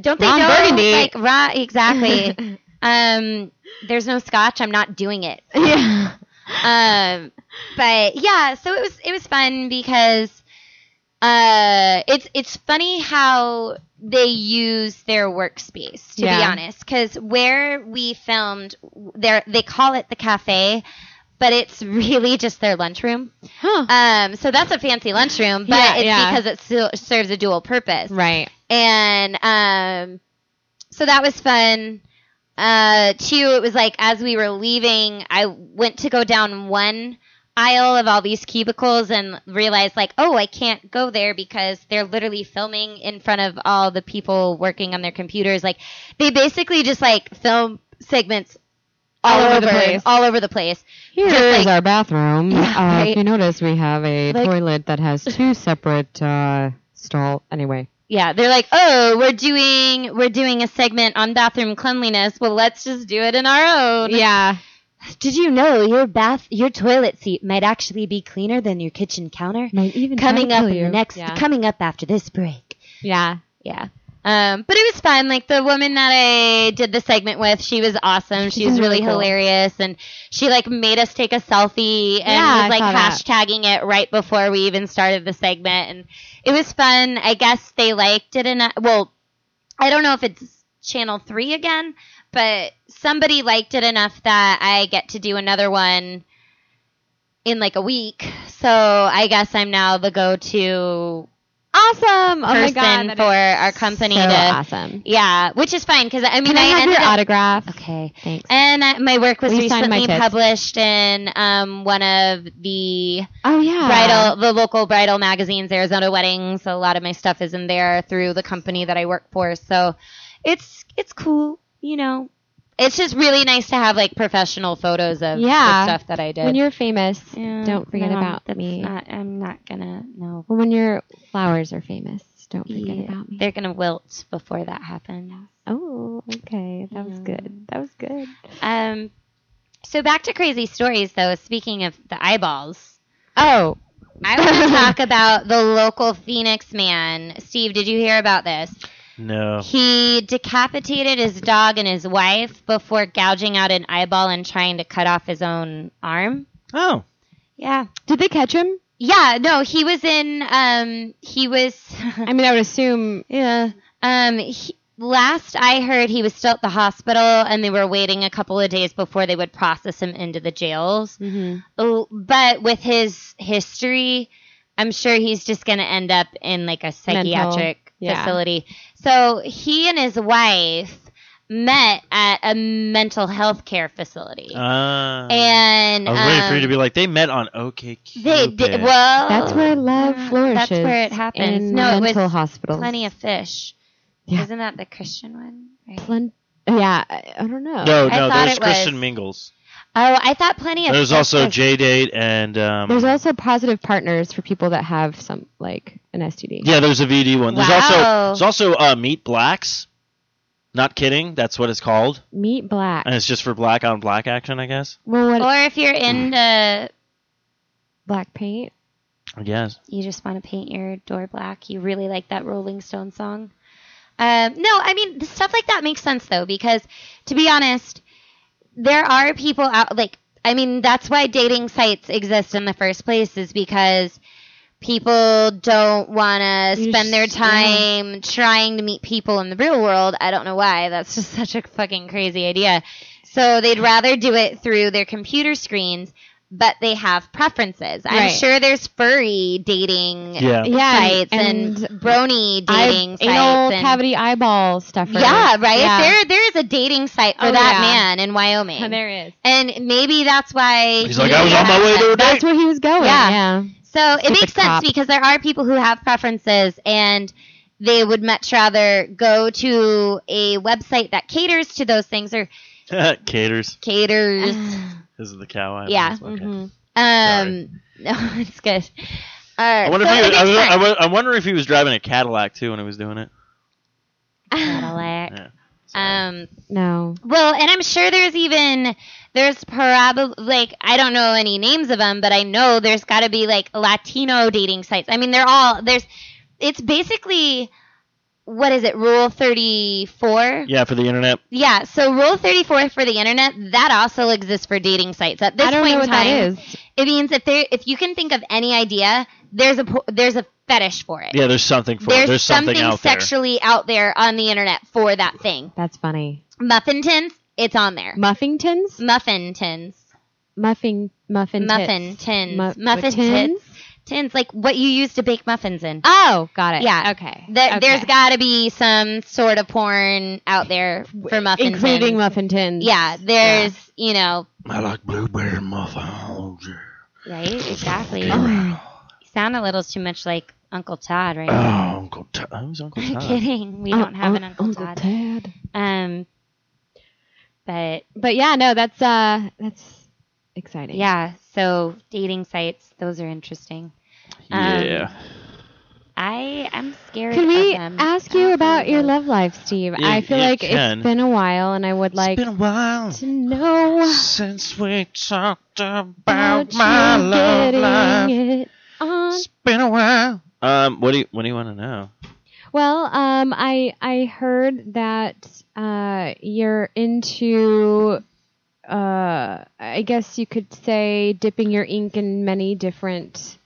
don't they
Ron
know
Burgundy.
like right exactly. um, there's no scotch. I'm not doing it
yeah.
um, but yeah, so it was it was fun because uh, it's it's funny how they use their workspace to be
Yeah.
honest, because where we filmed, there they call it the cafe, but it's really just their lunchroom.
Huh.
Um, so that's a fancy lunchroom, but
Yeah,
it's
yeah.
because it still serves a dual purpose,
Right.
and um, so that was fun. Uh, two, it was like as we were leaving, I went to go down one aisle of all these cubicles and realized like, oh, I can't go there because they're literally filming in front of all the people working on their computers. Like, they basically just like film segments all, over, the place, all over the place.
Here
Just
is
like-
our bathroom.
Yeah,
uh,
right.
If you notice, we have a
Like-
toilet that has two separate uh, stall. Anyway,
Yeah, they're like, oh, we're doing we're doing a segment on bathroom cleanliness. Well, let's just do it in our own.
yeah,
Did you know your bath your toilet seat might actually be cleaner than your kitchen counter?
might even try
Coming
to
up
kill
in
you.
the next
Yeah.
coming up after this break.
yeah.
Yeah. Um, but it was fun. Like the woman that I did the segment with, she was awesome. She,
She's
was really
really cool.
hilarious, and she like made us take a selfie and
Yeah,
was
I
like
saw that.
hashtagging it right before we even started the segment, and it was fun. I guess they liked it enough. Well, I don't know if it's Channel Three again, but somebody liked it enough that I get to do another one in like a week. So I guess I'm now the go-to
Awesome. Oh my
person
god, that
for
is
our company
so
to
awesome.
yeah, which is fine because I mean
Can I, have
ended
your
up-
autograph?
okay.
Thanks.
And I, my work was
Will you sign my
recently
tits?
published in um, one of the
oh yeah.
bridal, the local bridal magazines, Arizona Weddings. A lot of my stuff is in there through the company that I work for, so it's it's cool, you know. It's just really nice to have like professional photos of the
Yeah.
stuff that I did.
When you're famous,
Yeah,
don't forget
no,
about
that's
me.
not- I'm not gonna. No,
Well, when your flowers are famous, don't forget
Yeah,
about me.
they're gonna wilt before that happens.
Oh, okay. That was good. That was good.
Um, so back to crazy stories though. Speaking of the eyeballs,
Oh,
I want to talk about the local Phoenix man. Steve, did you hear about this?
No.
He decapitated his dog and his wife before gouging out an eyeball and trying to cut off his own arm.
Oh.
Yeah.
did they catch him?
Yeah, no, he was in um he was
I mean, I would assume.
yeah. Um he, last I heard he was still at the hospital and they were waiting a couple of days before they would process him into the jails.
Mm-hmm.
Oh, but with his history, I'm sure he's just going to end up in like a psychiatric
yeah.
facility. So he and his wife met at a mental health care facility.
Uh,
and
I was waiting for you
um,
to be like, they met on OK
they did well.
That's where love
yeah,
flourishes.
that's where it happens.
In
No, it
mental
was
hospitals.
plenty of fish.
Yeah.
Isn't that the Christian one? Right? Oh,
Plen- yeah, I, I don't know.
No,
I
no,
thought
there's
it was-
Christian Mingles.
I thought plenty of.
There's
fish
also
was-
J Date and um,
There's also positive partners for people that have some like an STD.
yeah, there's a VD one. There's
Wow.
also there's also uh, Meet Blacks. Not kidding, that's what it's called,
Meet black.
and it's just for black on black action, I guess.
well, what
Or if you're into,
black paint?
I guess.
you just want to paint your door black. You really like that Rolling Stone song. Um, no, I mean the stuff like that makes sense though because to be honest, there are people out like I mean that's why dating sites exist in the first place is because people don't want to
You
spend their
s- yeah.
time trying to meet people in the real world. I don't know why. That's just such a fucking crazy idea. So they'd rather do it through their computer screens, but they have preferences. I'm
Right.
sure there's furry dating
Yeah.
Yeah,
sites and, brony
I've-
dating sites.
anal
and-
cavity eyeball stuff.
Yeah, right.
Yeah.
There, there is a dating site for
Oh,
that
yeah.
man in Wyoming,
Oh, there is.
and maybe that's why
He's like,
he
I was on my
has
way
that.
to a date.
That's where he was going.
Yeah.
Yeah.
So it
Stupid
makes sense
cop.
because there are people who have preferences and they would much rather go to a website that caters to those things or
Caters.
caters.
This is the cow. I
Yeah. mm-hmm.
was- okay.
Mhm.
um, no, it's good. Uh,
I wonder
so
if
it
he, I,
makes
was- I,
sense.
was- I'm wondering if he was driving a Cadillac too when he was doing it.
Cadillac.
Yeah. So-
Um,
No.
Well, and I'm sure there's even there's probably like I don't know any names of them, but I know there's got to be like Latino dating sites. I mean, they're all there's. It's basically what is it? Rule thirty four.
yeah, for the internet.
Yeah. So Rule thirty four for the internet that also exists for dating sites at this
I don't
point
know
in
what
time.
that is.
It means if there if you can think of any idea, there's a po- there's a fetish for it.
Yeah, there's something for
There's,
it. There's something, out there.
sexually out there on the internet for that thing.
That's funny.
Muffintons, it's on there.
Muffingtons?
Muffin tins.
Muffing muffin tits.
Muffin tins.
Mu-
muffin
with tins?
tins. Tins, like what you use to bake muffins in.
Oh, got it.
Yeah.
Okay.
There,
okay.
There's got to be some sort of porn out there for muffin
including
tins.
muffin tins.
yeah, there's, you know,
I like blueberry muffins.
right? Exactly. You
Oh,
sound a little too much like Uncle Todd right
Oh,
now.
Uncle Todd. Who's Uncle
I'm
Todd?
kidding. We
oh,
don't have an
oh,
Uncle, Todd.
Tad.
Um, but
But yeah, no, that's uh, that's exciting.
yeah, so dating sites, those are interesting. Um,
yeah.
I am scared.
Can we
of them.
ask you
Uh,
about your
those-
love life, Steve?
Yeah,
I feel
you
like
can.
it's been a while, and I would like
it's been a while
to know
since we talked about
about you
my love
getting
life.
it on.
It's been a while. Um, what do you what do you want to know?
Well, um, I I heard that uh, you're into, uh, I guess you could say, dipping your ink in many different.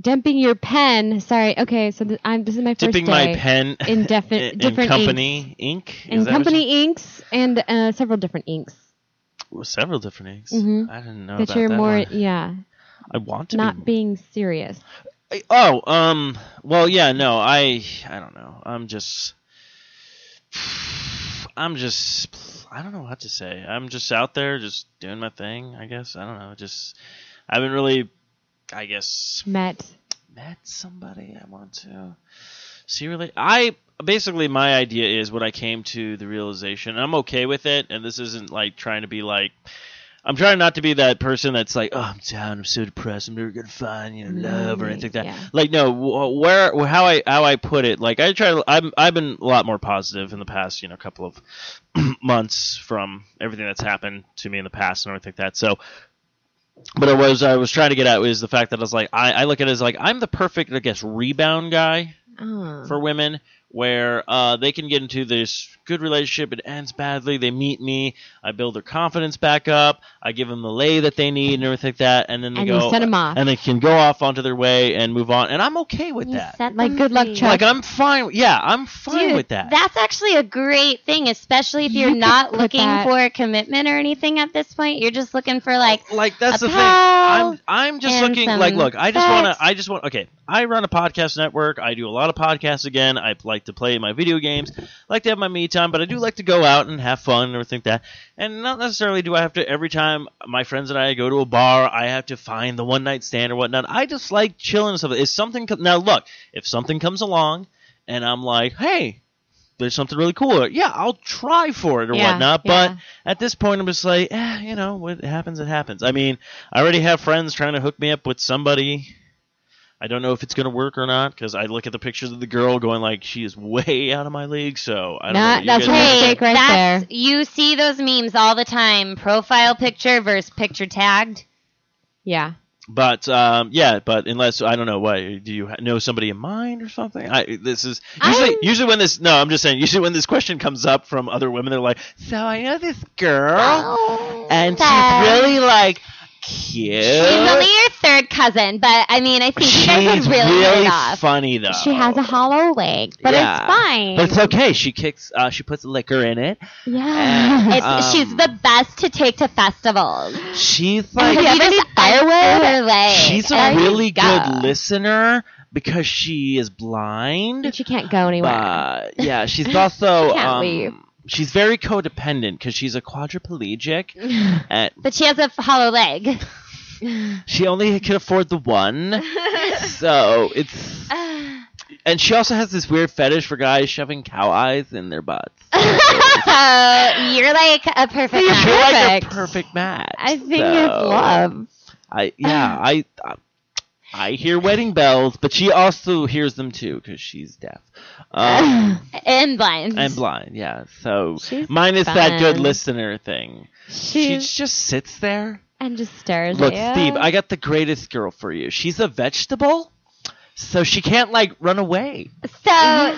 Dipping your pen. Sorry. Okay. So th- I'm. This is my first
Dipping
day
my pen
in defi-
in, in
different inks.
company ink.
in
Is that what you-
company inks and uh, several different inks
Well, several different inks.
Mhm.
I didn't know
that
about
you're
that
more.
one.
Yeah.
I want to
Not
be
being serious.
I- Oh, um, well, yeah, no, I, I don't know. I'm just, I'm just, I don't know what to say. I'm just out there, just doing my thing. I guess I don't know. Just, I haven't really, I guess,
Met.
met somebody I want to. See, really, I basically my idea is what I came to the realization. and I'm okay with it, and this isn't like trying to be like. I'm trying not to be that person that's like, oh, I'm down, I'm so depressed, I'm never gonna find you know, love or anything like that.
Yeah.
Like, no, wh- where, wh- how I, how I put it, like I try, to, I'm, I've been a lot more positive in the past, you know, couple of months from everything that's happened to me in the past and everything like that. So, but it was, I was trying to get at is the fact that I was like, I, I look at it as like, I'm the perfect, I guess, rebound guy
Oh.
for women where uh, they can get into this good relationship. It ends badly. They meet me. I build their confidence back up. I give them the lay that they need and everything like that. And then they
and
go
you set him off.
and they can go off onto their way and move on. And I'm okay with
You
that.
set
Like,
them
good luck,
free.
Chuck.
Like I'm fine. Yeah, I'm fine
Dude,
with that.
That's actually a great thing, especially if
You
you're
could
not
put
looking
that-
for a commitment or anything at this point. You're just looking for like
like that's
a
the thing.
pal
I'm I'm just
and
looking like
some
look. I just want
sex.
to. I just want. Okay, I run a podcast network. I do a lot of podcasts. Again, I like to play my video games. Like to have my me time, but I do like to go out and have fun and everything like that. And not necessarily do I have to every time my friends and I go to a bar. I have to find the one night stand or whatnot. I just like chilling and stuff. If something co- now look, if something comes along, and I'm like, hey. There's something really cool. Yeah, I'll try for it or
Yeah,
whatnot,
yeah.
but at this point, I'm just like, eh, you know, what happens, it happens. I mean, I already have friends trying to hook me up with somebody. I don't know if it's going to work or not because I look at the pictures of the girl going like, she is way out of my league. So I don't
Nah,
know.
that's
you guys-
a mistake right
that's,
there.
You see those memes all the time: profile picture versus picture tagged.
yeah.
But um, yeah, but unless I don't know, what do you ha- know somebody in mind or something? I this is usually
I'm-
usually when this no, I'm just saying usually when this question comes up from other women, they're like, so I know this girl and
so-
she's really like cute.
Oh, She's only your third cousin, but I mean, I think you guys
She's
are really,
really,
hit it off.
funny though.
She has a hollow leg, but
Yeah.
it's fine.
But it's okay. She kicks. Uh, she puts liquor in it.
Yeah.
It's- she's
Um,
the best to take to festivals.
She's
Like,
like.
you just firewood? Her leg.
She's a
There you
really
go.
good listener because she is blind.
But you can't go anywhere.
But yeah, she's also.
She can't
um,
leave.
She's very codependent because she's a quadriplegic. and
But she has a f- hollow leg.
she only can afford the one, so it's. And she also has this weird fetish for guys shoving cow eyes in their butts.
so you're like a perfect match.
You're like a
Perfect.
perfect match.
I think it's
so-
love.
I yeah, I, I I hear wedding bells, but she also hears them too because she's deaf um,
and blind.
and blind. Yeah, so
She's
minus that good
fun.
listener thing. She
She's
just sits there.
and just stares.
Look,
at you.
Steve, I got the greatest girl for you. She's a vegetable, so she can't like run away.
So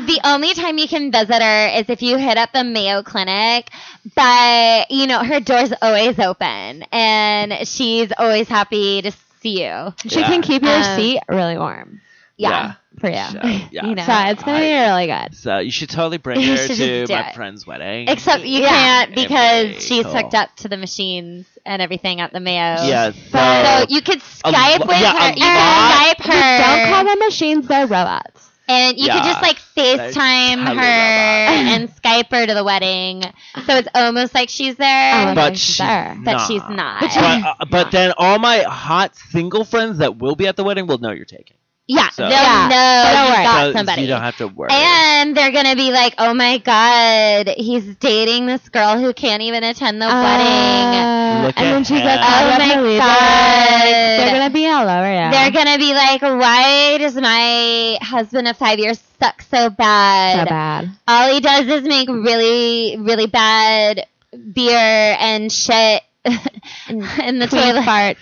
the only time you can visit her is if you hit up the Mayo Clinic, but you know her door's always open and she's always happy to see you. Yeah.
She
Yeah.
can keep your
Um,
seat really warm for you.
So, yeah.
You know,
So
so it's gonna be really good.
So you should totally bring
You
her
should
to
just do
my
it.
friend's wedding.
Except you
Yeah.
can't
Everybody,
because she's
cool.
hooked up to the machines and everything at the Mayo.
yeah,
So
so,
you could
A
Skype
lo-
with
yeah,
her.
a
You could Skype her.
Don't call them machines; they're robots.
And you could
Yeah.
just like FaceTime
Hello,
her
Baba.
and Skype her to the wedding. So it's almost like she's
Oh,
there,
okay.
but
she's
she's
there.
but she's not.
But
But, uh, but then all my hot single friends that will be at the wedding will know you're taking.
yeah,
So-
they'll
Yeah.
know
Don't
you
worry.
got
So
somebody.
You don't have to worry.
and they're gonna be like, "Oh my god, he's dating this girl who can't even attend the wedding."
Uh,
Look
and
at
then she's
her.
like,
Oh
"Oh,
my
my
God.
They're gonna be all over you.
They're gonna be like, "Why does my husband of five years suck so
so
bad?
bad.
All he does is make really, really bad beer and shit in the
Clean
toilet."
fart.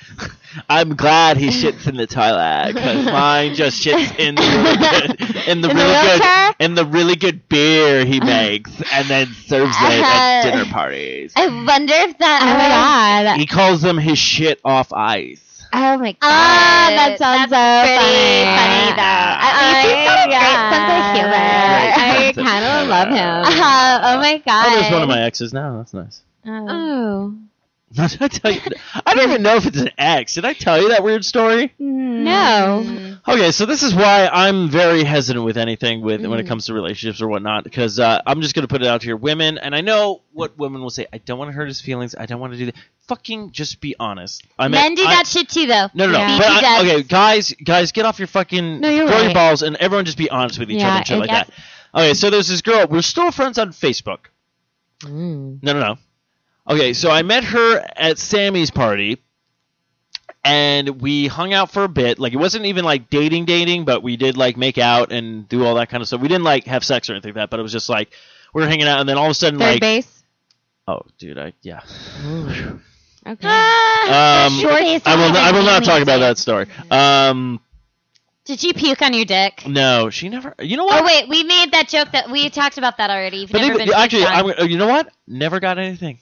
I'm glad he shits in the toilet because mine just shits in the really good, in the
In the
really
wheelchair?
good, in the really good beer he makes, and then serves it at
Uh,
dinner parties.
I wonder if
Oh my
that.
god.
He calls them his shit off ice.
Oh my god.
Ah,
that sounds
that's
so
pretty funny,
funny.
though. I,
Oh
he's got a
my
great sense of humor.
I
Great sense of
kind of
humor.
love him.
Uh, oh my god!
Uh-huh. Oh, there's one of my exes now. That's nice.
Oh.
Oh
Did I tell you that? I don't even know if it's an ex. Did I tell you that weird story?
no.
Okay, so this is why I'm very hesitant with anything with when
Mm-hmm.
it comes to relationships or whatnot, because uh, I'm just going to put it out here, women, and I know what women will say. I don't want to hurt his feelings. I don't want to do that. fucking just be honest. I mean,
Men do
I-
that shit too, though.
No, no,
Yeah.
no. But
BT
I,
does.
okay, guys, guys, get off your fucking
No,
throw
you're
your
right.
balls, and everyone just be honest with each other
Yeah,
and shit
it-
like that. Okay, so there's this girl. We're still friends on Facebook.
Mm.
No, no, no. Okay, so I met her at Sammy's party, and we hung out for a bit. Like it wasn't even like dating, dating, but we did like make out and do all that kind of stuff. We didn't like have sex or anything like that, but it was just like we were hanging out, and then all of a sudden,
Third
like,
base.
oh, dude, I yeah.
Okay.
Ah,
Um,
short is
I will. Not, I will not
happening.
talk about that story. Um,
Did she puke on your dick?
no, she never. You know Um, what?
Oh wait, we made that joke that we talked about that already. You've
But
never
even-
been
actually,
puked on.
I'm, oh, you know what? Never got anything.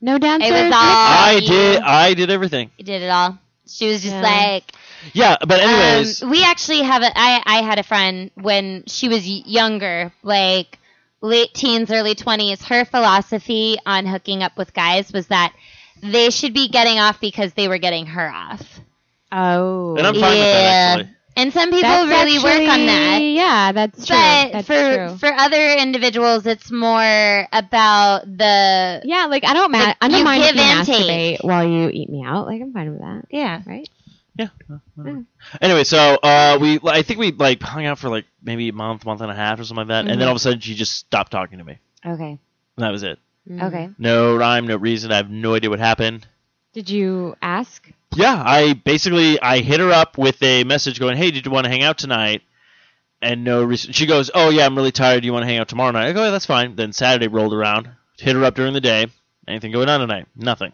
no dancers.
it was all
I
you.
did. I did everything.
You did it all. She was just
Yeah.
like,
Yeah, but anyways,
Um, we actually have a. I I had a friend when she was y- younger, like late teens, early twenties. Her philosophy on hooking up with guys was that they should be getting off because they were getting her off.
Oh.
and I'm fine with
yeah.
that actually.
And some people
That's
really work on
actually-
that.
Yeah, that's true.
But
That's
for
true.
for other individuals, it's more about the
yeah, like I don't ma-
Like,
I don't
you
mind if
give
you
and take.
masturbate while you eat me out. Like I'm fine with that.
yeah.
Right?
Yeah. uh, whatever. Anyway, so uh, we I think we like hung out for like maybe a month, month and a half or something like that, and then all of a sudden she just stopped talking to me.
Okay.
And that was it.
Okay.
No rhyme, no reason. I have no idea what happened.
Did you ask?
Yeah, I basically I hit her up with a message going, "Hey, did you want to hang out tonight?" And no reason. She goes, "Oh yeah, I'm really tired. Do you want to hang out tomorrow night?" I go, yeah, "That's fine." Then Saturday rolled around. Hit her up during the day. Anything going on tonight? Nothing.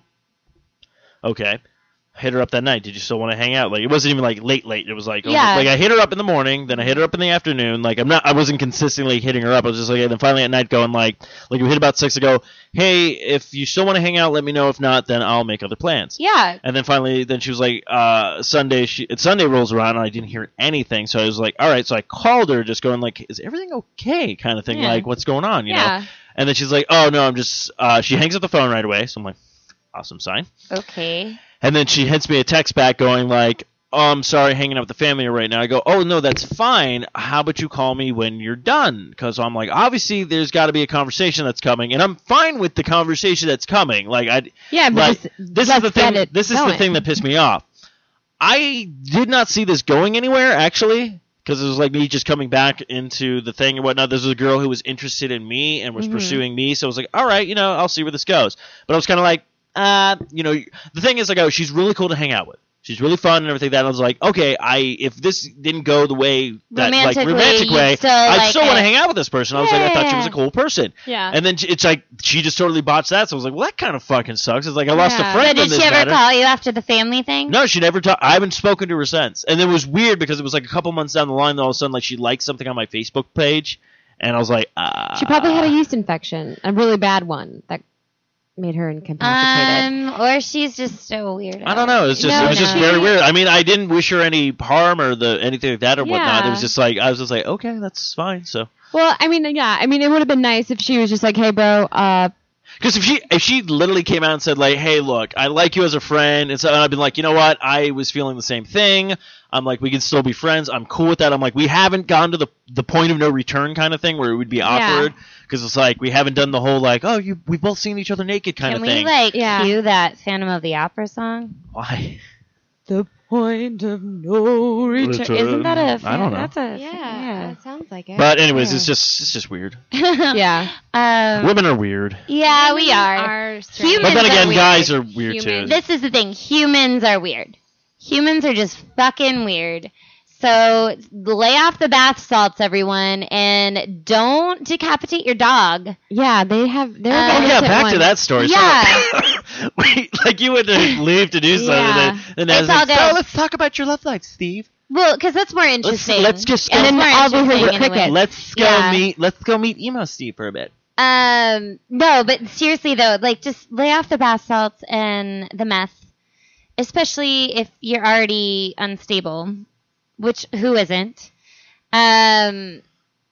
Okay. Hit her up that night. Did you still want to hang out? Like it wasn't even like late, late. It was like oh,
Yeah.
like I hit her up in the morning, then I hit her up in the afternoon. Like I'm not, I wasn't consistently hitting her up. I was just like, and then finally at night going like, like we hit about six ago. Hey, if you still want to hang out, let me know. If not, then I'll make other plans.
Yeah.
And then finally, then she was like, uh, Sunday. She Sunday rolls around, and I didn't hear anything. So I was like, all right. So I called her, just going like, is everything okay? Kind of thing.
Yeah.
Like, what's going on? You know.
yeah.
And then she's like, oh no, I'm just. Uh, she hangs up the phone right away. So I'm like, awesome sign.
Okay.
And then she hits me a text back going like, "Oh, I'm sorry, hanging out with the family right now." I go, "Oh no, that's fine. How about you call me when you're done?" Because I'm like, obviously there's got to be a conversation that's coming, and I'm fine with the conversation that's coming. Like I,
Yeah, but
like,
just
this is
let's
the
get
thing.
it
This is the
going.
thing that pissed me off. I did not see this going anywhere actually, because it was like me just coming back into the thing and whatnot. This was a girl who was interested in me and was
Mm-hmm.
pursuing me, so I was like, all right, you know, I'll see where this goes. But I was kind of like, uh, you know, the thing is, like, oh, she's really cool to hang out with. She's really fun and everything. That and I was like, okay, I if this didn't go the way that like
Romantically,
romantic
you
way,
still
I
like
still want to
eh,
it.
hang out with this person. I was like, I thought she was a
Yeah.
cool person.
Yeah.
And then she- it's like she just totally botched that. So I was like, well, that kind of fucking sucks. It's like I lost
Yeah.
a friend.
But
in
did
this
she ever
matter.
call you after the family thing?
No, she never talked. I haven't spoken to her since. And it was weird because it was like a couple months down the line that all of a sudden like she liked something on my Facebook page, and I was like, ah.
She probably
Uh.
had a yeast infection, a really bad one that made her incapacitated.
Um, or she's just so weird.
I don't know. It's just
No,
it was just
no.
very weird. I mean, I didn't wish her any harm or the anything like that or whatnot. It was
Yeah.
just like I was just like, okay, that's fine. So
well, I mean, yeah, I mean, it would have been nice if she was just like, "Hey, bro, uh,
Because if she if she literally came out and said like, "Hey, look, I like you as a friend," and so and I've been like, you know what, I was feeling the same thing. I'm like, we can still be friends. I'm cool with that. I'm like, we haven't gone to the the point of no return kind of thing where it would be awkward because it's like we haven't done the whole like, oh, you we've both seen each other naked kind
Can
of
we
thing.
like
Yeah.
cue that Phantom of the Opera song?
Why?
The point of no return. Isn't that a?
I don't know.
That's a.
yeah, it sounds like it."
But anyways, it's just it's just weird.
yeah,
Oh.
Um,
Women are weird,
yeah, we are.
but then
are
again,
weird.
guys are weird
Humans.
too.
This is the thing. Humans are weird. Humans are just fucking weird. So lay off the bath salts, everyone, and don't decapitate your dog.
yeah, they have. They're
Um,
a
Oh
This
yeah,
innocent
back to
one.
that story.
Yeah.
Sorry. we, like you would leave to do something,
Yeah.
and then, and then
It's
I was
all
like,
good.
so let's talk about your love life, Steve.
Well, because that's more interesting.
let's just
And
go-
then
And then
more
all we heard
interesting
was
anyway.
crickets.
Let's go
Yeah.
meet. Let's go meet emo Steve for a bit.
Um, no, but seriously though, like just lay off the bath salts and the meth, especially if you're already unstable, which who isn't. Um,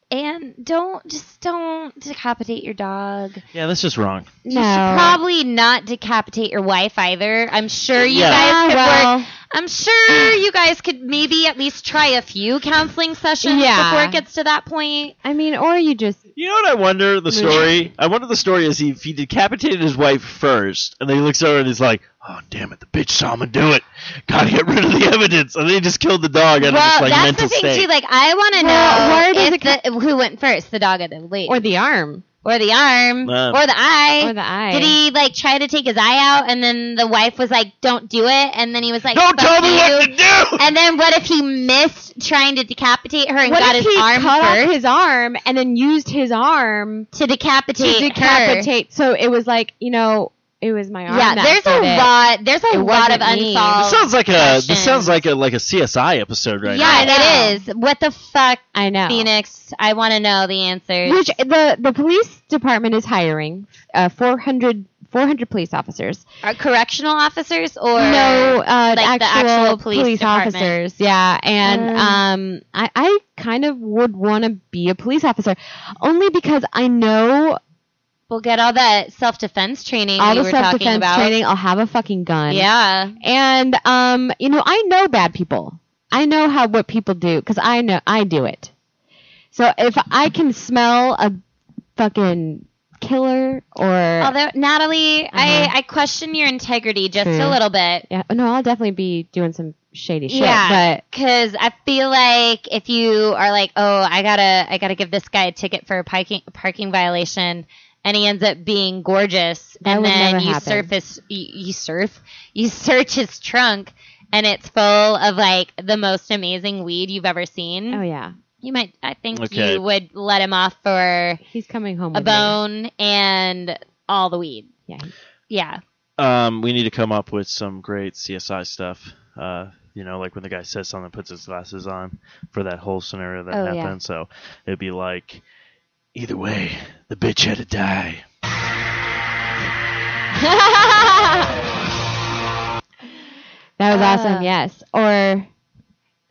and don't just don't decapitate your dog.
Yeah, that's just wrong.
You should probably not decapitate your wife either. I'm sure you
Yeah.
guys could work
well,
I'm sure you guys could maybe at least try a few counseling sessions
Yeah.
before it gets to that point.
I mean, or you just
You know what I wonder
Mm.
the story? I wonder the story is if he decapitated his wife first, and then he looks over and he's like, "Oh damn it, the bitch saw him do it. Gotta get rid of the evidence." And then he just killed the dog out of
well,
this like
that's
mental
the thing
state.
too. Like, I want to
Well, where
know
does
if the, who went first, the dog or the lead,
or the arm
or the arm,
Uh,
or the eye.
or the eye.
Did he like try to take his eye out, and then the wife was like, "Don't do it," and then he was like,
Don't tell
"Fuck
me
you."
what to do.
And then what if he missed trying to decapitate her and
What
got
if
his
he
arm
cut off
first
his arm and then used his arm
to decapitate,
to
her?
decapitate? So it was like you know, it was my arm.
Yeah,
that
there's
did
a
it.
lot. There's a
It
lot of
wasn't me.
unsolved.
This sounds like a
Questions.
this sounds like a like a CSI episode right
yeah,
now.
it is. What the fuck,
I know.
Phoenix? I want to know the answers.
Which the the police department is hiring uh, 400, 400 police officers.
Are Uh, correctional officers or
no, uh,
like the
actual,
actual police
police,
department.
officers. Yeah, and
Mm.
um, I I kind of would want to be a police officer, only because I know
We'll get all that self defense training
all
we
the
were
self
talking
defense
about.
training. I'll have a fucking gun.
Yeah,
and um, you know I know bad people. I know how what people do because I know I do it. So if I can smell a fucking killer or
although Natalie, I
Uh-huh.
I question your integrity just
True.
a little bit
yeah, no, I'll definitely be doing some shady shit.
Yeah.
Yeah.
because I feel like if you are like, oh, I gotta I gotta give this guy a ticket for a parking parking violation. And he ends up being gorgeous,
That
and
would
then
never
you
happen.
surface, you, you surf, you search his trunk, and it's full of like the most amazing weed you've ever seen.
But oh yeah,
You might. I think
Okay.
you would let him off for
he's coming home.
a
with me.
bone and all the weed.
Yeah.
Yeah.
Um, we need to come up with some great CSI stuff. Uh, you know, like when the guy says something, puts his glasses on for that whole scenario that
Oh, yeah.
happened. So it'd be like, either way, the bitch had to die.
That was
Ah.
awesome. Yes. Or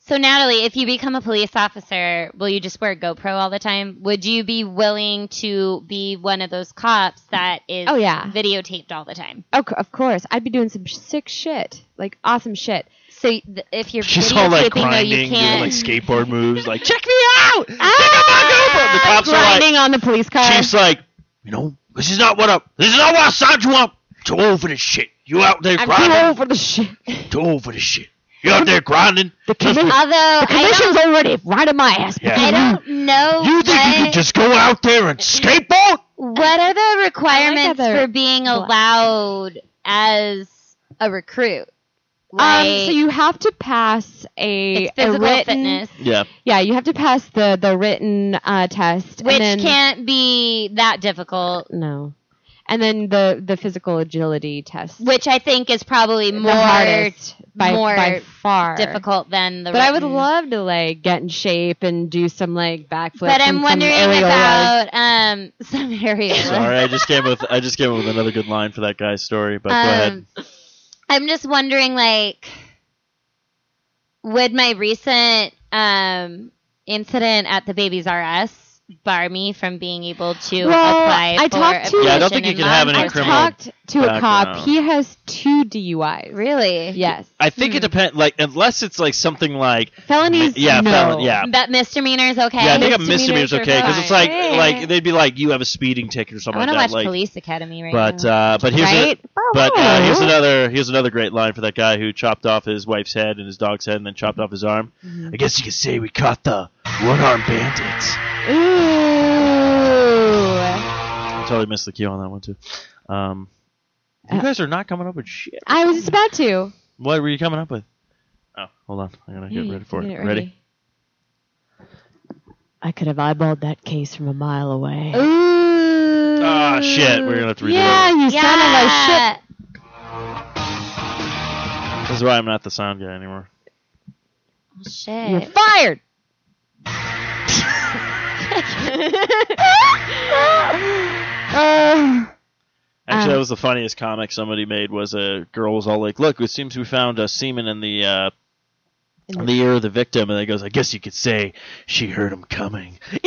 So Natalie, if you become a police officer, will you just wear a GoPro all the time? Would you be willing to be one of those cops that is
Oh, yeah.
videotaped all the time?
oh, c- of course, I'd be doing some sick shit, like awesome shit.
So y- th- if you're
She's
videotaping
all like
though, you
grinding, doing
can't.
like skateboard moves, like check me out, check out
Ah!
my GoPro. The cops are like,
Grinding on the police car.
chief's like, you know, this is not what I, this is not what I signed you up. Too old for this shit. You out there
I'm too
grinding.
old for the shit.
Too old for this shit. You out there grinding.
Although I
Commission's
don't,
already right in my ass.
Yeah.
I don't know.
You think you
what-
can just go out there and skateboard?
What are the requirements
they're
for being
black.
allowed as a recruit?
Um,
Like,
so you have to pass a,
it's
a
physical
written,
fitness,
Yeah.
Yeah, you have to pass the the written uh, test,
which
and then,
can't be that difficult.
no, and then the the physical agility test,
Which I think is probably
The
more
hardest by
more
by far
difficult than the.
But I would
written.
love to like get in shape and do some like backflips.
But
and
I'm
some
wondering
aerial rolls.
about um some areas.
Sorry, I just came with I just came up with another good line for that guy's story, but go ahead.
Um, I'm just wondering, like, would my recent um, incident at the Babies R Us bar me from being able to
Well,
apply
I
for
talked
a
to- Yeah, I
don't think
position
you
in
can have any
I
law enforcement?
criminal
talked to a
background.
cop. He has two DUIs.
Really?
Yes.
I think it
Hmm.
depends. Like unless it's like something like
Felonies.
yeah,
no.
felon- yeah.
That misdemeanor is okay.
yeah, I think a
misdemeanors
misdemeanor's
are
okay because it's like
fine.
like they'd be like you have a speeding ticket or
I
something
want
like
to
that.
watch
like,
Police Academy right
but
now.
uh, but here's
Right?
a, but uh, here's another here's another great line for that guy who chopped off his wife's head and his dog's head and then chopped off his arm.
Mm-hmm.
I guess you could say we caught the one armed bandits.
Ooh.
I totally missed the cue on that one too. Um, you
Uh,
guys are not coming up with shit.
I was just about to.
What were you coming up with? Oh, hold on. I'm gonna get ready for it.
Get
Ready?
I could have eyeballed that case from a mile away.
Ooh.
Ah, shit. We're gonna have to redo
yeah, you sound like shit.
Yeah.
it. This is why I'm not the sound guy anymore.
You're
Shit.
fired. Uh,
Actually,
Um,
Uh.
that was the funniest comic somebody made. Was a girl was all like, "Look, it seems we found a semen in the uh, in the ear of the victim," and then he goes, "I guess you could say she heard him coming." Yeah!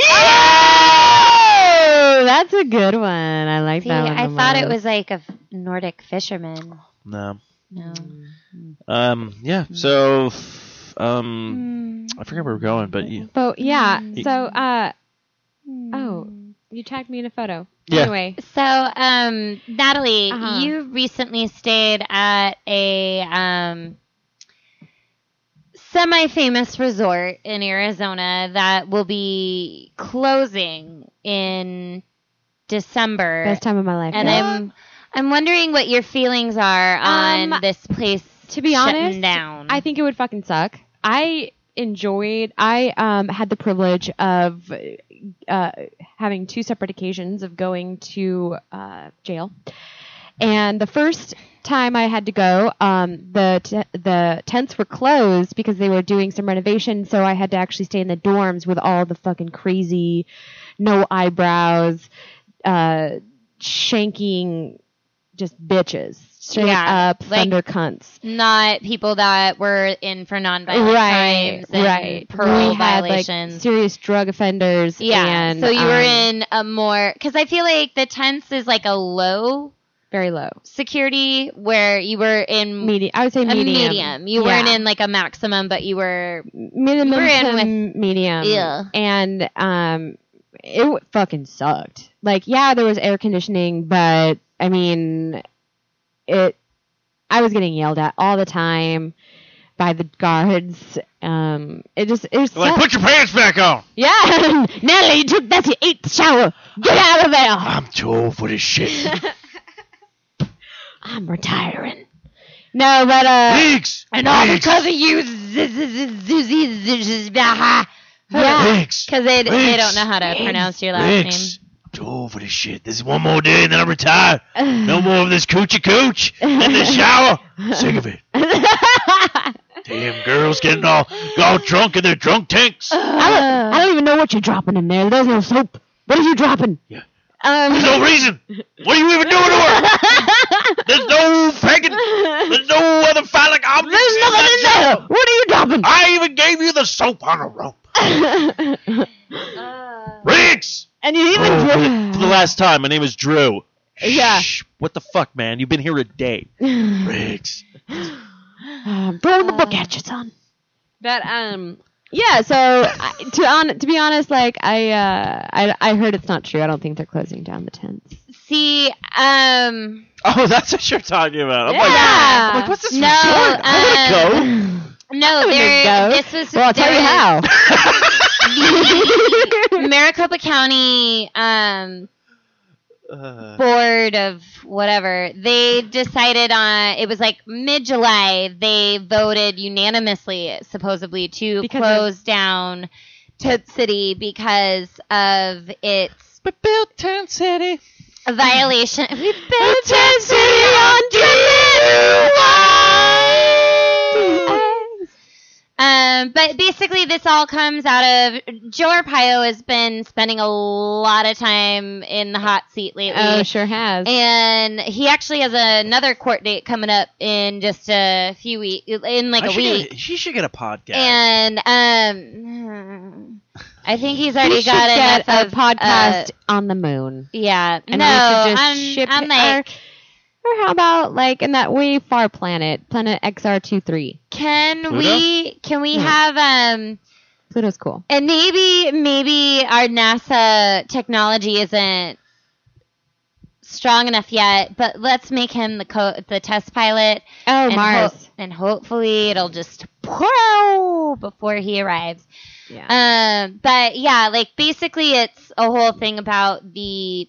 Oh, a good one. I like
See,
that one.
I
the
thought it
most.
was like a f- Nordic fisherman.
No.
No.
Um. Yeah.
Hmm.
So. Um.
Mm.
I forget where we're going, but you,
But yeah,
Mm.
so uh oh, you tagged me in a photo.
Yeah.
Anyway,
So, um, Natalie,
Uh-huh.
you recently stayed at a um, semi-famous resort in Arizona that will be closing in December,
best time of my life.
and
yeah.
I'm I'm wondering what your feelings are on
Um,
this place.
to be
shutting
honest,
down.
I think it would fucking suck. I enjoyed. I um, had the privilege of uh, having two separate occasions of going to uh, jail, and the first time I had to go, um, the t- the tents were closed because they were doing some renovation, so I had to actually stay in the dorms with all the fucking crazy, no eyebrows, uh, shanking, just bitches, straight
Yeah,
up
like-
thunder cunts.
not people that were in for nonviolent crimes and parole
we had
violations.
like serious drug offenders.
yeah,
and,
so you were
um,
in a more because I feel like the tents is like a low
very low.
security where you were in
Medium. I would say
a
medium.
medium. You
Yeah.
weren't in like a maximum, but you were
minimum
you were in
to
with-
medium.
Yeah.
And um, it w- fucking sucked. Like, yeah, there was air conditioning, but I mean, it. I was getting yelled at all the time by the guards. Um, it just it was
Hmm. like
sucked.
put your pants back on.
yeah, Natalie, you took that's your eighth shower. Get out of there.
I'm too old for this shit.
I'm retiring. No, but uh,
Leaks.
and all because of you.
uh-huh.
Yeah,
Leaks.
because they they
Riggs.
don't know how to pronounce your last name.
Leaks. I'm too old for this shit. This is one more day and then I'm retired. No more of this coochie cooch in the shower. Sick of it. Damn girls getting all, all drunk in their drunk tanks.
I, don't, I don't even know what you're dropping in there. There's no soap. What are you dropping?
Yeah.
Um,
There's no reason. What are you even doing to her? There's no fucking. There's no other phallic object.
there's nothing in there. What are you dropping?
I even gave you the soap on a rope. Uh, Riggs!
And you even
uh, For the last time, my name is Drew.
Yeah.
Shh, what the fuck, man? You've been here a day. Riggs.
Uh,
Um,
burn the book at you, son. But um, yeah. So I, to on to be honest, like I uh, I I heard it's not true. I don't think they're closing down the tents.
See, um,
Oh, that's what you're talking about. I'm like,
yeah.
I'm like, what's this
no,
resort? I'm
um,
gonna go.
No,
gonna
there.
go.
This was.
Well, I'll tell you
there-
how.
Maricopa County um, Board of whatever, they decided on, it was like mid July, they voted unanimously, supposedly, to
Because of-
close down Toad City because of its
We built Town City.
violation. We
Built Town City on
Um, but basically, this all comes out of Joe Arpaio has been spending a lot of time in the hot seat lately.
Oh, sure has.
And he actually has another court date coming up in just a few weeks, in like a week.
she should get a podcast.
And um, I think he's
we
already
should
got
get
enough
a
of,
podcast
uh,
on the moon.
yeah,
And
no,
we should just
I'm,
ship
I'm
it-
like,
Or how about like in that way far planet, planet XR23?
can
Pluto?
we can we
Yeah.
have um
Pluto's cool.
And maybe maybe our NASA technology isn't strong enough yet, but let's make him the co- the test pilot
Oh,
and
Mars.
ho- and hopefully it'll just pow before he arrives.
yeah.
Um, but yeah, like basically it's a whole thing about the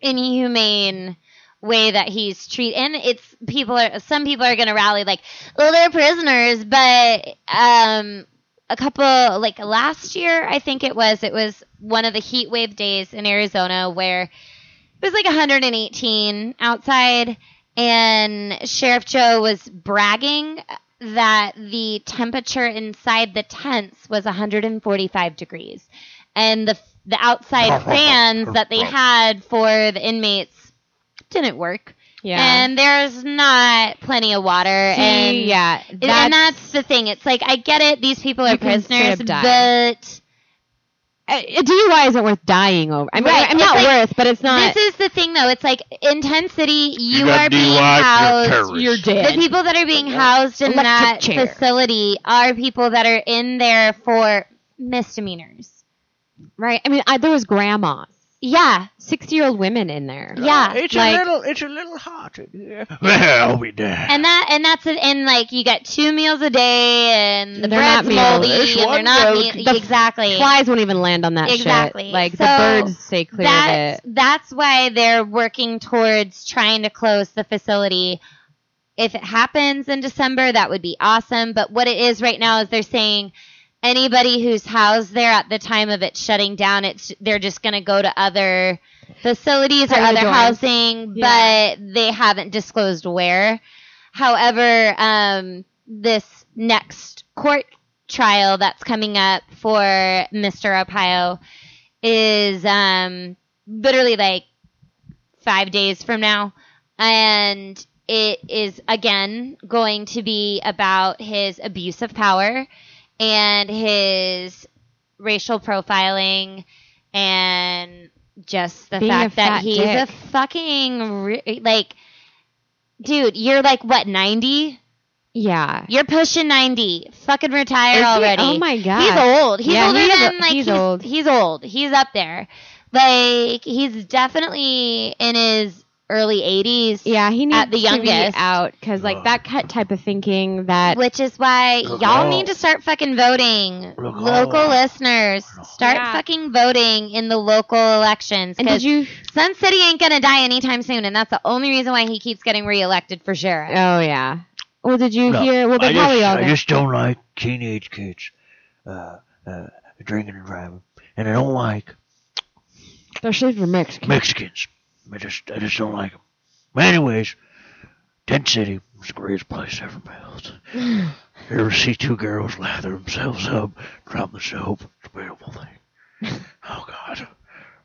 inhumane way that he's treated and it's people are some people are gonna rally like well they're prisoners but um a couple like last year i think it was it was one of the heat wave days in arizona where it was like 118 outside and sheriff joe was bragging that the temperature inside the tents was 145 degrees and the the outside fans that they had for the inmates didn't work
yeah.
and there's not plenty of water
See,
and
yeah.
Hmm. and- and that's the thing. It's like I get it; these people are
You can straight
prisoners,
up die.
but
a, a DUI isn't worth dying over. I mean,
Right,
I'm
it's
not
like-
worth, but it's not.
This is the thing, though. It's like intensity. You,
got
are being
DUI,
housed.
you're perished.
you're
the
dead.
people that are being
Yeah.
housed in
Electric
that
chair.
facility are people that are in there for misdemeanors.
right. I mean, I, there was grandmas,
Yeah,
60 year old women in there.
yeah. like-
little, it's a little hot. Well, I'll be damned.
and that and that's it. And like you get two meals a day, and the
They're not
bread's moldy,
meals.
and they're
one
not
joke.
meal-
The
exactly.
Flies won't even land on that shit.
Exactly.
Like
So,
the birds stay clear
that's
of it.
that's why they're working towards trying to close the facility. If it happens in December, that would be awesome. But what it is right now is they're saying anybody who's housed there at the time of it shutting down, it's they're just going to go to other facilities or
Private
other
dorms.
housing,
Yeah.
but they haven't disclosed where. However, um, this next court trial that's coming up for Mr. Ohio is um, literally like five days from now. And it is, again, going to be about his abuse of power and his racial profiling and just the
Being a
fact that
fat
he's
dick.
a fucking, re- like, dude, you're like, what, 90?
Yeah.
You're pushing 90. Fucking retire
Is he-
already.
Oh my god.
He's old. He's
Yeah,
older
he is
than
o-
like
he's
he's, he's
old.
old. He's up there. Like he's definitely in his early 80s.
Yeah, he needs
At the
to
youngest.
be out because like
Ugh.
that cut type of thinking that
Which is why
Look
y'all
out.
need to start fucking voting.
Look
local
out.
listeners, start
Yeah.
fucking voting in the local elections.
and did
Because
you
Sun City ain't gonna die anytime soon, and that's the only reason why he keeps getting reelected for sheriff.
Oh yeah. Well, did you
No,
hear? Well,
I
they're
just,
probably all
I
there.
just don't like teenage kids uh, uh, drinking and driving, and I don't like
Especially for Mexican.
Mexicans. I just, I just don't like them. But anyways, Tent City was the greatest place I ever built. you ever see two girls lather themselves up, drop the soap? It's a beautiful thing. oh God,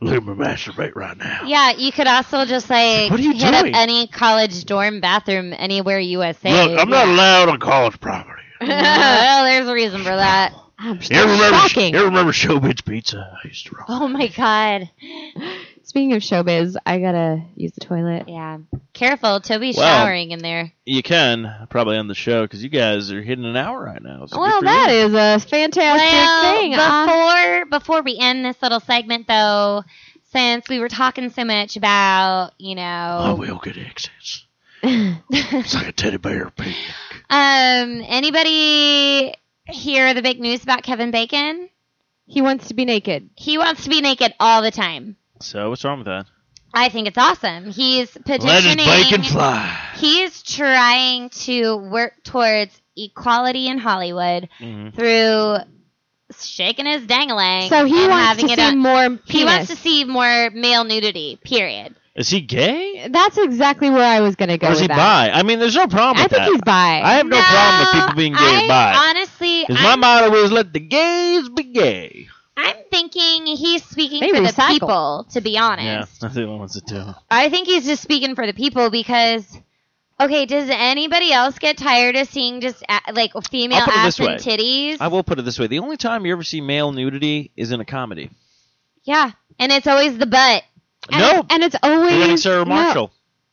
look at me masturbate right now.
Yeah, you could also just like
What are you
hit up
doing?
any college dorm bathroom anywhere USA.
Look, I'm not allowed on college property.
well, there's a reason for that.
I'm still
You ever remember?
shocking.
You ever remember Showbiz Pizza? I used to rock.
Oh my god.
Speaking of showbiz, I gotta use the toilet.
Yeah. Careful, Toby's
Well,
showering in there.
You can probably end the show because you guys are hitting an hour right now. So good
Well,
for
that
you.
is a fantastic thing. Uh,
Well, before before we end this little segment though, since we were talking so much about, you
I
know,
will get access. It's like a teddy bear picnic.
um anybody hear the big news about Kevin Bacon?
he wants to be naked.
He wants to be naked all the time.
So what's wrong with that?
I think it's awesome. He's
Let his
petitioning
bacon fly.
He's trying to work towards equality in Hollywood
Mhm.
through shaking his dangalang.
So he
and
wants
having
to
it
see
on-
more penis.
He wants to see more male nudity. Period.
Is he gay?
That's exactly where I was gonna go.
Or is
with
he bi?
that.
I mean, there's no problem
I
with
think
that.
he's bi.
I have no, problem with
No,
people being gay
I,
or bi.
Honestly,
Because my
I'm,
motto is let the gays be gay.
I'm thinking he's speaking
They
for the
recycle.
people. To be honest,
Yeah, the ones that do.
I think he's just speaking for the people because. Okay, does anybody else get tired of seeing just a- like female
I'll put it
ass
this
and titties?
I will put it this way: the only time you ever see male nudity is in a comedy.
yeah, and it's always the butt.
And,
no,
and it's always
forgetting Sarah
no.
Marshall.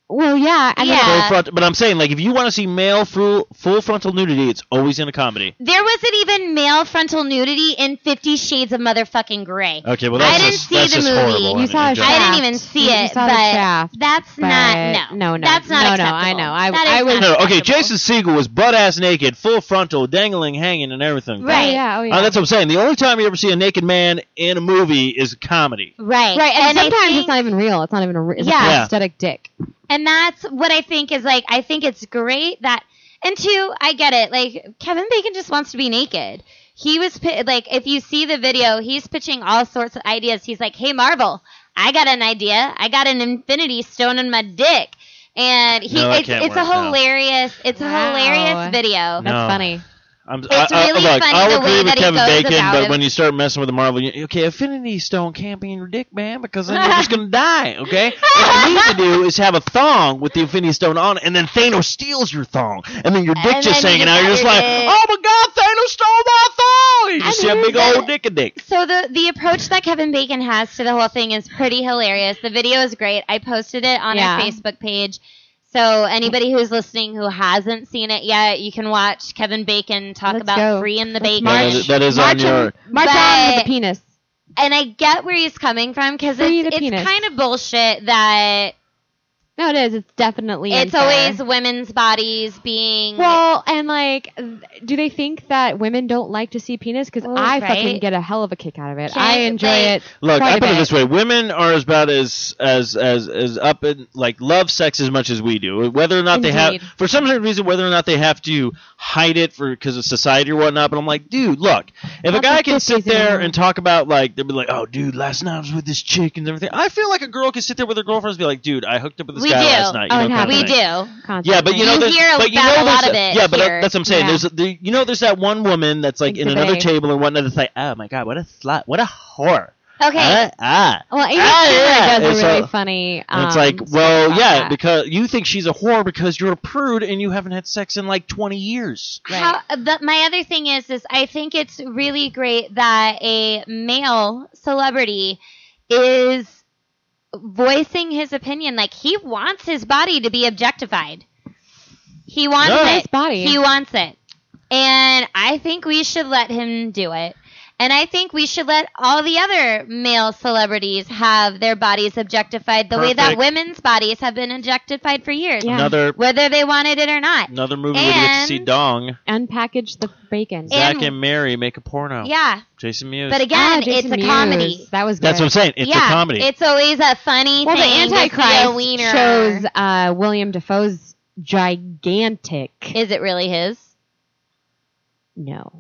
Well, yeah, and
Yeah.
Full front, but I'm saying, like, if you want to see male full full frontal nudity, it's always in a comedy.
There wasn't even male frontal nudity in Fifty Shades of Motherfucking Grey.
Okay, well,
I
that's
didn't
just,
see
that's
the
just
movie.
horrible.
You
I mean,
saw a
in
shaft.
general.
I didn't even see
You
it,
saw the
but
shaft,
that's
but
not no.
no, no.
that's not
No, no, I
acceptable.
know. I-
That
I
is
would-
not
No, okay,
acceptable.
Jason Segel was butt ass naked, full frontal, dangling, hanging, and everything.
Oh,
Right.
yeah, oh, yeah.
Uh, that's what I'm saying. The only time you ever see a naked man in a movie is comedy.
Right,
right, and,
I
sometimes
think-
it's not even real. It's not even a real. It's
Yeah.
a
Yeah.
prosthetic dick.
and that's what I think is like. I think it's great that, and two, I get it. Like Kevin Bacon just wants to be naked. He was pi- like, if you see the video, he's pitching all sorts of ideas. He's like, "Hey, Marvel, I got an idea. I got an Infinity Stone in my dick." And he,
No, that
it's,
can't
it's a
work, no.
hilarious, it's
Wow.
a hilarious video.
That's
No.
funny.
I'm, it's
really
I, look,
funny
I'll
the
agree
way
with
that he
Kevin
goes
Bacon,
about
but
it.
when you start messing with the Marvel, you, okay, Affinity Stone can't be in your dick, man, because then you're just gonna die. Okay, what you need to do is have a thong with the Infinity Stone on, it, and then Thanos steals your thong, and then your dick
And
just
then you
hanging
just
out. You're just
got
like,
your dick.
oh my God, Thanos stole my thong! You just see a
mean,
big
that-
old dick and dick.
So the the approach that Kevin Bacon has to the whole thing is pretty hilarious. The video is great. I posted it on
Yeah.
our Facebook page. So anybody who's listening who hasn't seen it yet, you can watch Kevin Bacon talk
Let's
about
go.
free in the
Let's
bacon.
march.
That is- that is on
March,
your.
on, march on with
But-
the penis.
And I get where he's coming from because
Free the
it's, it's
penis.
kind of bullshit that
No, it is. It's definitely.
it's
unfair.
always women's bodies being
Well, and like, th- do they think that women don't like to see penis? Because
Oh,
I fucking
right.
get a hell of a kick out of it.
Can
I enjoy
they-
it.
Look,
quite
I
a
put it
bit.
this way: women are as about as as as as up in like love sex as much as we do. Whether or not they have,
Indeed.
for some certain reason, whether or not they have to hide it for because of society or whatnot. But I'm like, dude, look, if a
Not
guy
the
can sit
50s anymore.
there and talk about like they'll be like, oh, dude, last night I was with this chick and everything. I feel like a girl can sit there with her girlfriends and be like, dude, I hooked up with this
We
guy
do.
last night.
Oh,
you
it
know, kind of
we
thing.
do.
Yeah, but you know,
You
there's,
hear
but you
about
know
a lot
there's
of it
yeah, but
here.
that's what I'm saying.
Yeah.
There's the, you know, there's that one woman that's like in
Exhibit
another
A.
table and whatnot that's like, oh my god, what a slut, what a whore,
Okay.
ah, ah.
Well, Amy
Ah, yeah,
Schumer
it's
does a really
a-
funny.
And
Um,
it's like,
story
well,
about
yeah,
that.
because you think she's a whore because you're a prude and you haven't had sex in like 20 years.
How, but my other thing is, is I think it's really great that a male celebrity is voicing his opinion. Like he wants his body to be objectified. He wants
Yeah.
Nice
it.
body.
He wants it. And I think we should let him do it. And I think we should let all the other male celebrities have their bodies objectified the way that
Perfect.
women's bodies have been objectified for years,
Yeah.
Another
whether they wanted it or not.
another movie where we get to see
And-
Dong,
Unpackage the bacon.
Yeah,
Zach
and-
and Mary make a porno.
Yeah.
Jason Mewes.
But
Ah,
again, it's
Jason
a
Mewes.
comedy.
That was good.
That's what I'm saying. It's
yeah,
a comedy.
It's always a funny
well, the
thing. to see a
Antichrist
wiener.
shows uh, William Defoe's gigantic.
Is it really his?
Mm. no.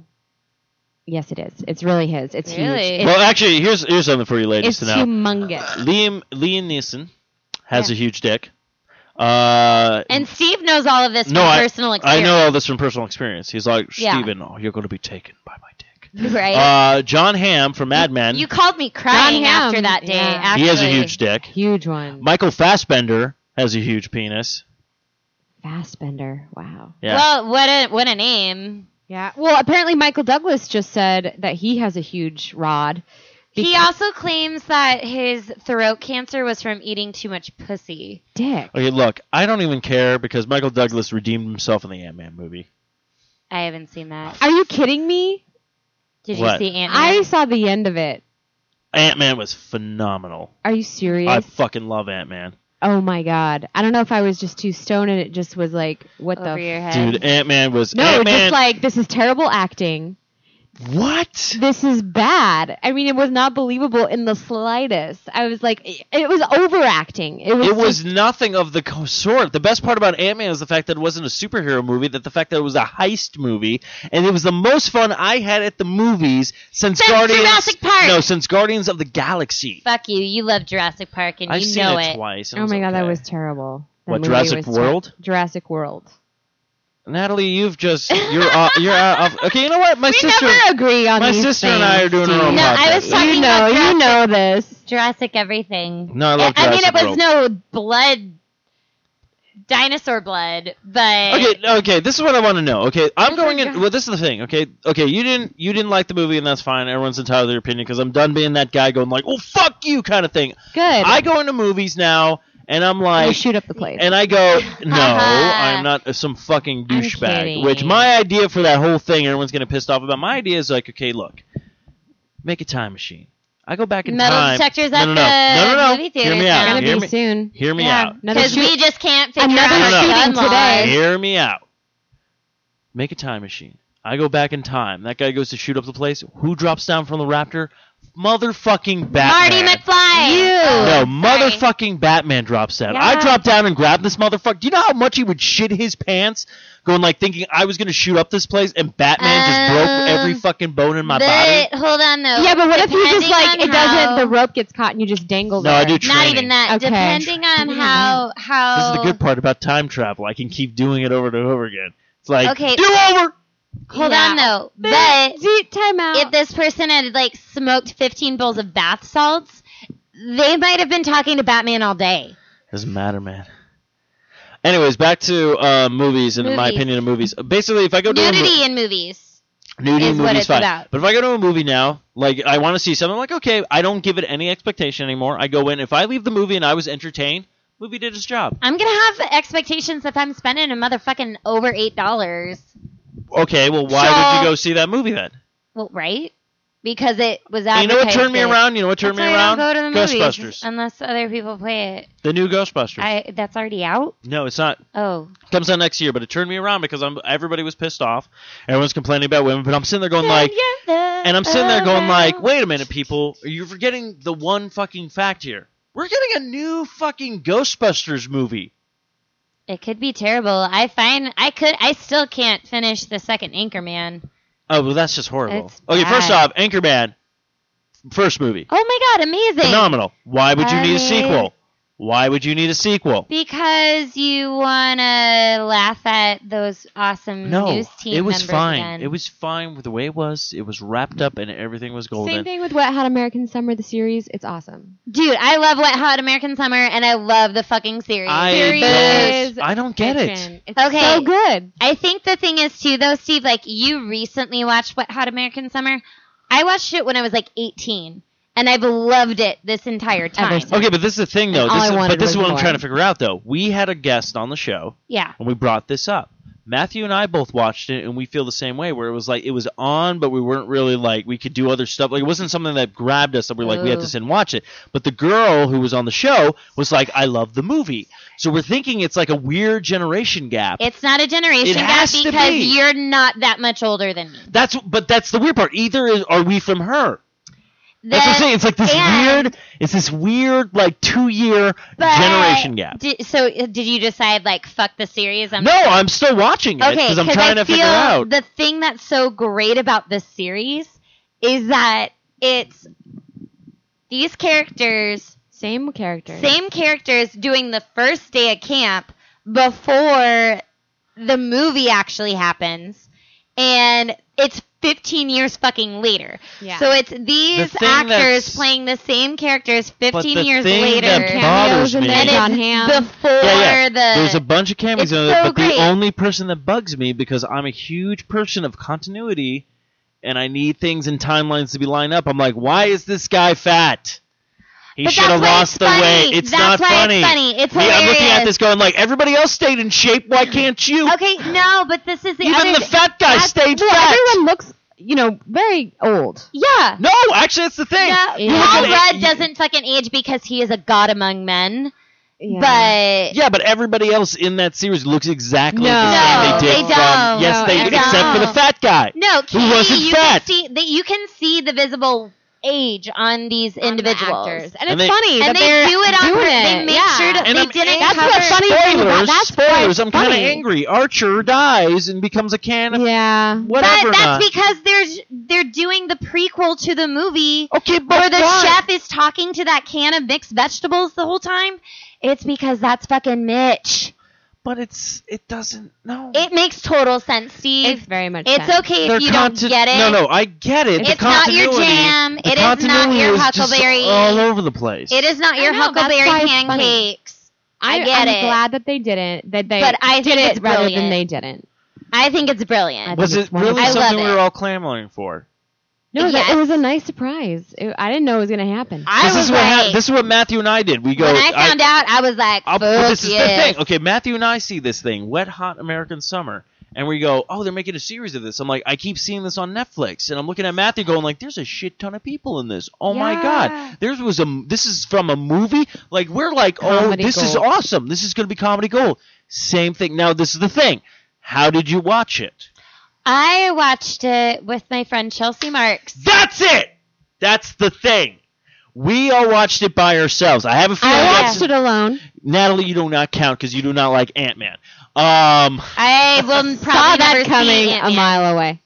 Yes, it is. It's really his. It's
Really?
huge. It's,
well, actually, here's here's something for you ladies
it's
to know.
humongous.
Liam Liam Neeson has a huge dick. Uh,
And Steve knows all of this
No,
from
I-
personal
I
experience.
know all this from personal experience. He's like,
Yeah.
Steven, oh, you're going to be taken by my dick.
know. Right?
Uh, John Hamm from Mad Men.
you called me crying
John Hamm,
after that day.
yeah.
Actually.
um, he has a huge dick.
Huge one.
Michael Fassbender has a huge penis.
Fassbender. Wow.
Yeah.
Well, what a what a name.
Yeah. Well, apparently Michael Douglas just said that he has a huge rod.
He
Because-
also claims that his throat cancer was from eating too much pussy.
Dick.
okay, look, I don't even care because Michael Douglas redeemed himself in the Ant Man movie.
I haven't seen that.
Are you kidding me?
Did
What?
you see Ant?
I saw the end of it.
Ant Man was phenomenal.
Are you serious?
I fucking love Ant Man.
oh my god. I don't know if I was just too stoned and it just was like, what
over
the
your head?
Dude, Ant Man was
No,
Ant
just
Man.
like this is terrible acting.
what?
This is bad. I mean, it was not believable in the slightest. I was like, it, it was overacting. It was.
It was nothing of the co- sort. The best part about Ant Man is the fact that it wasn't a superhero movie, that the fact that it was a heist movie, and it was the most fun I had at the movies since,
Since
Guardians.
Jurassic Park!
No, since Guardians of the Galaxy.
Fuck you. You love Jurassic Park and
I've
you
seen
know
it,
it.
twice. and it
oh my god, that
okay.
was terrible. That
What,
movie
Jurassic
was ter-
World?
Jurassic World.
Natalie, you've just you're off, you're out of okay. You know what? My
We
sister,
never agree on
my
these
sister and
things,
I are doing our
Steve.
own
No, I was
podcast.
talking-
You know, you
Jurassic-
know this.
Jurassic everything.
No, I love
I mean,
Jurassic
it was
World.
no blood, dinosaur blood, but
Okay, okay. This is what I want to know. Okay, I'm
Oh my
going in.
God.
Well, this is the thing. Okay, okay. You didn't you didn't like the movie, and that's fine. Everyone's entitled to their opinion because I'm done being that guy going like, "Oh fuck you," kind of thing.
Good.
I go into movies now, and I'm
They
like,
shoot up the place.
and I go, no,
Uh-huh.
I'm not some fucking
I'm
douchebag.
kidding.
Which my idea for that whole thing, everyone's gonna pissed off about. My idea is like, okay, look, make a time machine. I go back in
metal
time.
detectors
No,
at
no, no.
the
No, no, no.
movie
Hear
theaters.
me out.
It's gonna
hear
be
me-
soon.
Hear me
Yeah.
out.
Another
because
shoot-
we just can't figure
Another
out
shooting
gun laws.
today.
Hear me out. Make a time machine. I go back in time. That guy goes to shoot up the place. Who drops down from the raptor? Motherfucking
Marty
Batman.
McFly.
No,
Oh, sorry.
motherfucking Batman drops down. I
Yeah.
drop down and grab this motherfucker. Do you know how much he would shit his pants going like thinking I was going to shoot up this place and Batman just broke
Um,
every fucking bone in my body?
But hold on though.
yeah, but what if you just
Depending
like
on
it
how-
doesn't? The rope gets caught and you just dangle
No,
there.
I do training.
Not even that.
Okay.
Depending on
Training.
how
This
how
is the good part about time travel. I can keep doing it over and over again. It's like,
Okay.
do over!
Hold
Yeah.
on though. But
But Zee, time out.
if this person had like smoked 15 bowls of bath salts, they might have been talking to Batman all day.
Doesn't matter, man. Anyways, back to uh, movies and my
Movies.
opinion of movies. Basically, if I go to a mo-
Nudity in movies.
Nudie
Is what
movies
it's
fine.
about.
But if I go to a movie now, like I want to see something, like okay, I don't give it any expectation anymore. I go in. If I leave the movie and I was entertained, movie did its job.
I'm gonna have expectations if I'm spending a motherfucking over eight dollars.
Okay, well why
So-
would you go see that movie then?
Well, right? Because it was
And
advertised.
you know what turned me
that-
around? You know what
That's
turned me
why I
around?
Don't go to the
Ghostbusters.
Movies, unless other people play it.
the new Ghostbusters.
I that's already out.
no, it's not.
Oh,
Comes out next year, but it turned me around because I'm everybody was pissed off. Everyone's complaining about women, but I'm sitting there going like, and I'm sitting
oh,
there going like, wait a minute, people, you're forgetting the one fucking fact here. We're getting a new fucking Ghostbusters movie.
it could be terrible. I find I could I still can't finish the second Anchorman.
Oh, well, that's just horrible.
It's
okay, first
bad.
off, Anchorman, first movie,
Oh my god, amazing!
phenomenal. Why would you
I
need a
mean-
sequel? Why would you need a sequel?
Because you wanna laugh at those awesome
No,
news team
it was
members
fine.
again.
It was fine with the way it was. It was wrapped up and everything was
Same
golden.
thing with Wet Hot American Summer, the series. It's awesome.
Dude, I love Wet Hot American Summer, and I love the fucking series.
I
Series
don't, I don't get it.
Fiction. It's
Okay.
so good.
I think the thing is too, though, Steve. Like you recently watched Wet Hot American Summer. I watched it when I was like 18, and I've loved it this entire time.
since.
Okay, but this is the thing though.
And all
This
I
is,
wanted
but this
was
is what I'm
more.
trying to figure out though. We had a guest on the show
Yeah,
and we brought this up. Matthew and I both watched it and we feel the same way where it was like it was on but we weren't really like we could do other stuff. Like it wasn't something that grabbed us that we're like we have to
Ooh.
sit and watch it. But the girl who was on the show was like I love the movie. So we're thinking it's like a weird generation gap.
it's not a generation
It
gap
has to
because
be.
you're not that much older than me.
that's but that's the weird part. Either is, are we from her? That's what I'm
The-
saying. It's like this
and-
weird. It's this weird like two year
but-
generation gap.
Di- so, uh, did you decide like fuck the series? I'm
No, I'm still watching it
okay
because I'm
'cause
trying
I
to figure
feel
out.
The thing that's so great about this series is that it's these characters
Same character.
same characters doing the first day of camp before the movie actually happens and it's 15 years fucking later
Yeah.
so it's these
thing
actors
that's-
playing the same characters
But
15
the
years
thing
later
that
Cameos
bothers
and
me.
then
it's
John Hamm.
before
Yeah, yeah.
the
There's a bunch of cameos
It's
in there,
so
but
great.
the only person that bugs me because I'm a huge person of continuity, and I need things and timelines to be lined up. I'm like, why is this guy fat? He
But
should have
that's why
lost
it's
the
funny.
weight. It's not
That's why
funny.
It's funny. It's
Yeah,
hilarious.
I'm looking at this going like everybody else stayed in shape. Why can't you?
Okay, no, but this is the
Even
other
the
th-
fat guy
that's-
stayed
Well,
fat.
everyone looks, you know, very old.
Yeah.
No, actually, that's the thing.
No,
You look
Paul
at it-
Rudd doesn't fucking age because he is a god among men.
Yeah.
But
Yeah, but everybody else in that series looks exactly
No.
the same
No,
they did
they
from
don't.
yes,
No,
they
they
except for
don't.
the fat guy.
No, Katie,
wasn't
you
fat.
can see that you can see the visible age on these
On the
individuals.
actors.
And,
And,
And
it's
they-
funny that
they
they're
do it on
doing
purpose.
it.
They make
yeah.
sure that
And
they
I'm-
didn't
That's
cover.
what funny thing about-
Spoilers,
that's why
spoilers.
it's
I'm kind of
funny.
angry. Archer dies and becomes a can of
Yeah.
whatever.
But that's
not.
because there's they're doing the prequel to the movie
okay, but
where the
why?
chef is talking to that can of mixed vegetables the whole time. It's because that's fucking Mitch.
But it's it doesn't. No,
It makes total sense, Steve.
It's very much.
It's,
sense.
okay
Their
if you
conti-
don't get it.
No, no, I get it. The
It's not your
continuity-
jam.
the
It is not
continuity
your
was just
Huckleberry.
all over the place.
It is not
I
your
know, that's
huckleberry
why it's funny.
pancakes. I get
I'm
it.
glad that they didn't. That they
But I
did
think
it
it's
rather than
brilliant.
they didn't.
I think it's brilliant.
I
Was
think
it
it's wonderful.
really
I love
something we
it.
were all clamoring for?
No, that,
Yes.
it was a nice surprise. It, I didn't know it was going to happen.
I
this
was
is what
like,
hap- this is what Matthew and I did. We go.
when I found out, I was like,
I'll-
fuck
but this is
yes.
the thing. Okay, Matthew and I see this thing, Wet Hot American Summer, and we go, "Oh, they're making a series of this." I'm like, I keep seeing this on Netflix, and I'm looking at Matthew going, "Like, there's a shit ton of people in this. Oh my god, there was a. This is from a movie. Like, we're like,
Comedy
oh, this is
gold.
awesome. This is going to be comedy gold. Same thing. Now, this is the thing. How did you watch it?
I watched it with my friend Chelsea Marks.
That's it. That's the thing. We all watched it by ourselves. I have a feeling
I
that's-
watched it alone.
Natalie, you do not count because you do not like Ant Man. Um,
I will probably
Saw that
never
coming
see
a
Ant-Man.
mile away.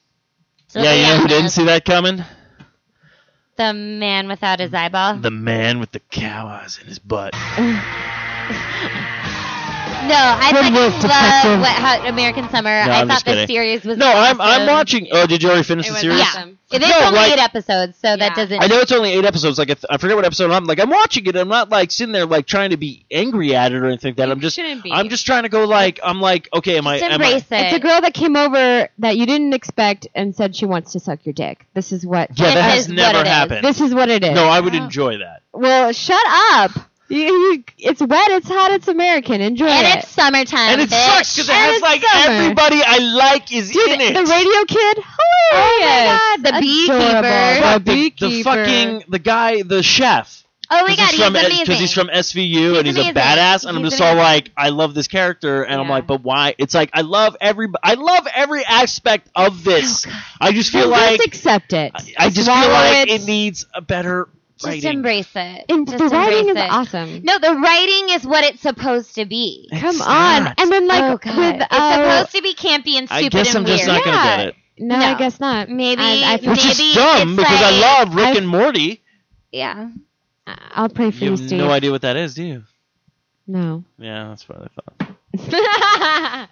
So
yeah, you know who didn't
Ant-Man.
see that coming?
the man without his eyeball.
The man with the cow eyes in his butt.
No, I
From
fucking
Wolf Detective.
love what, how, American Summer.
No,
I
I'm
thought
just
the
kidding.
series was
No, I'm I'm
awesome.
watching. Oh, did you already finish
It
the
was
series?
awesome.
It is
No,
only
like-
eight episodes, so
Yeah.
that doesn't.
I know it's only eight episodes. Like I, th- I forget what episode I'm like. I'm watching it. I'm not like sitting there like trying to be angry at it or anything like that. I'm just
Shouldn't be.
I'm just trying to go like I'm like okay. Am
Just
I? Am I
embrace it.
It's a girl that came over that you didn't expect and said she wants to suck your dick. This is what.
yeah, that
It
has
is what
never
it is.
happened.
This is what it is.
No, I would enjoy that.
well, shut up. You, you, it's wet. It's hot. It's American. Enjoy
and
it.
it's summertime.
And it
bitch.
sucks because it
And
has
it's
like
summer.
everybody I like is
Dude,
in it.
the radio kid. Hilarious.
Oh my God, the beekeeper.
Adorable.
Fuck,
The
the,
beekeeper.
the fucking the guy the chef
Oh my
because he's,
god, he's,
from
amazing.
because he's from SVU and he's
amazing.
a badass and I'm
He's
just all
amazing.
like I love this character and I'm
Yeah.
like but why it's like I love every I love every aspect of this I just feel
Well,
like
just accept it.
I just
Swallow
feel like
it.
it needs a better
Just
writing.
embrace it.
And
Just
the writing is
embrace it.
awesome.
No, the writing is what it's supposed to be.
Come
It's
on.
not.
And then like
oh god,
with
it's
uh,
supposed to be campy and stupid
I guess
and
I'm
weird.
just not
Yeah.
gonna get it,
no,
No.
I guess not.
Maybe-
I, I,
maybe-
which is
Maybe
dumb
it's
because I
like-
love Rick
I've-
and Morty.
yeah.
I'll pray for
You
you,
have
Steve.
no idea what that is, do you?
no.
Yeah, that's what I thought.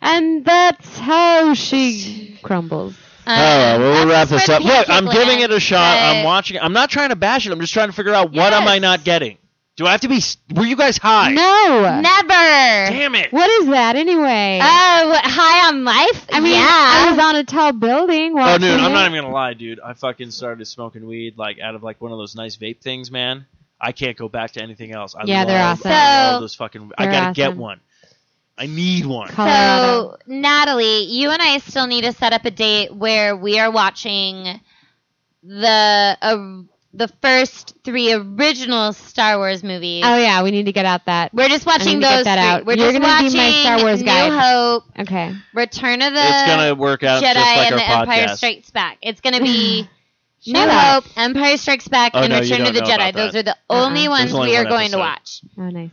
and that's how she crumbles.
Uh,
All right, Oh, well, we'll wrap this up. Look, I'm giving it a shot. I'm
but-
watching. it. I'm not trying to bash it. I'm just trying to figure out what am I
Yes.
not getting. Do I have to be? s- Were you guys high?
No.
Never.
Damn it!
What is that anyway?
Oh, what, high on life?
I mean,
yeah.
I was on a tall building.
Oh,
watching
dude, I'm
it.
not even gonna lie, dude. I fucking started smoking weed like out of like one of those nice vape things, man. I can't go back to anything else. I
Yeah,
love,
they're awesome.
I
So-
love those fucking. I
They're
gotta get
awesome.
one. I need one.
Colorado.
So, Natalie, you and I still need to set up a date where we are watching the uh, the first three original Star Wars movies.
oh yeah, we need to get out that.
We're just
I need
watching
to get
those.
that
three.
out.
We're
You're
just
gonna be
watching
my Star Wars
New
guide.
Hope,
Okay.
Return of the
it's gonna work out
Jedi,
just like
and
our
the Empire
podcast.
Strikes Back. It's gonna be New
Shut
Hope,
up.
Empire Strikes Back,
Oh,
and
no, you
Return
don't
of the
know about
Jedi. Those are the
Uh-uh.
only
There's
ones
only
we are
one
going to
episode.
watch.
Oh nice.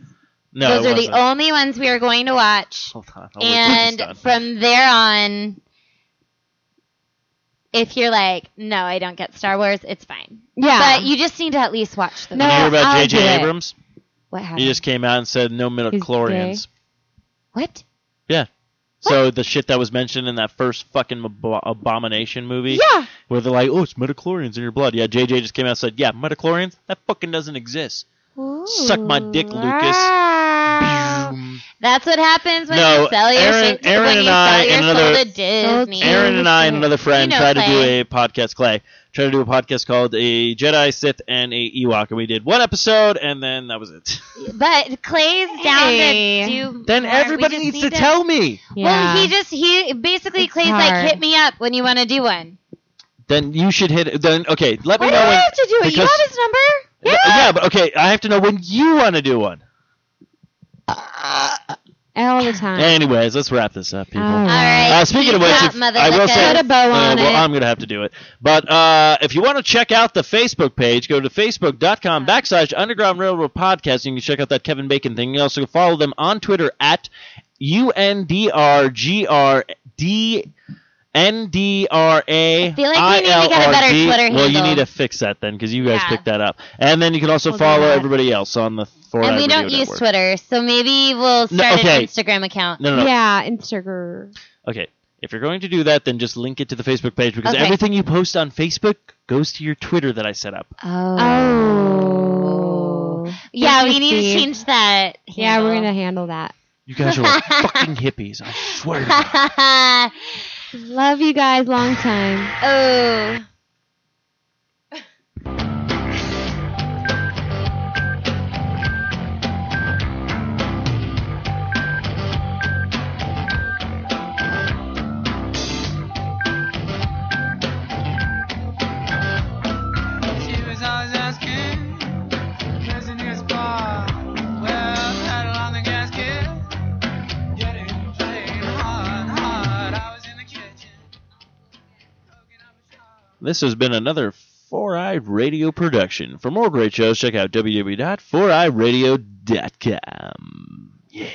No,
Those
it
are the
wasn't.
only ones we are going to watch.
Hold on, I'll
and
look at this down.
from there on, if you're like, no, I don't get Star Wars, it's fine.
Yeah.
But you just need to at least watch them.
No.
you hear about
I'll
J.J.
do it.
Abrams?
What
He
happened?
just came out and said no midichlorians.
what?
So the shit that was mentioned in that first fucking ab- abomination movie,
yeah.
where they're like, "Oh, it's midichlorians in your blood." Yeah, JJ just came out and said, "Yeah, midichlorians, that fucking doesn't exist." Suck my dick, Lucas. Boom.
That's what happens when
No,
you sell your
Aaron-
shit to-
Aaron
when
and
you sell
I
your
and
soul
another-
to Disney.
Yeah,
Aaron and I and
understand.
another friend
You know,
tried to do
Clay.
a podcast, Clay. Tried to do a podcast called A Jedi, Sith, and a Ewok, and we did one episode, and then that was it.
But Clay's down
Hey.
to do.
then
more. We
everybody
just
needs
need
to tell me.
Yeah.
Well, he just he basically
It's
Clay's
hard.
like hit me up when you want to do one.
Then you should hit. Then okay, let
Why
me
do
know
I
when.
have to do it? You
because-
have his number.
Yeah. but okay, I have to know when you want to do one.
all the time.
Anyways, let's wrap this up, people.
All
All
right.
right.
Uh, speaking of which,
Stop,
if- I will
motherfucker.
say,
Put a bow on
uh, well,
it.
I'm gonna have to do it. But uh, if you want to check out the Facebook page, go to facebook.com backslash Underground Railroad Podcast, and you can check out that Kevin Bacon thing. You can also follow them on Twitter at undrgrd. N D R A I L R D.
feel like we need to get a better Twitter
Well, you
handle.
need to fix that then, because you guys
Yeah.
picked that up. And then you can also
We'll do
follow
that.
everybody else on the. Four
And
Eye
we
Radio
don't use
Network.
Twitter, so maybe we'll
No,
start
okay.
an Instagram account.
No, no, no.
Yeah, Instagram.
Okay. If you're going to do that, then just link it to the Facebook page because
Okay.
everything you post on Facebook goes to your Twitter that I set up.
Oh.
Yeah,
Thank you,
we need to
Steve.
change that.
Yeah, we're gonna
handle.
handle that.
You guys are like fucking hippies. I swear. to God.
Love you guys, long time.
oh.
She was always asking, where's the nearest bar? Well, pedal on the gasket, getting playing hard, hard. I was in the kitchen, cooking up a star.
This has been another Four Eye Radio production. For more great shows, check out www.foureyeradio.com. Yeah.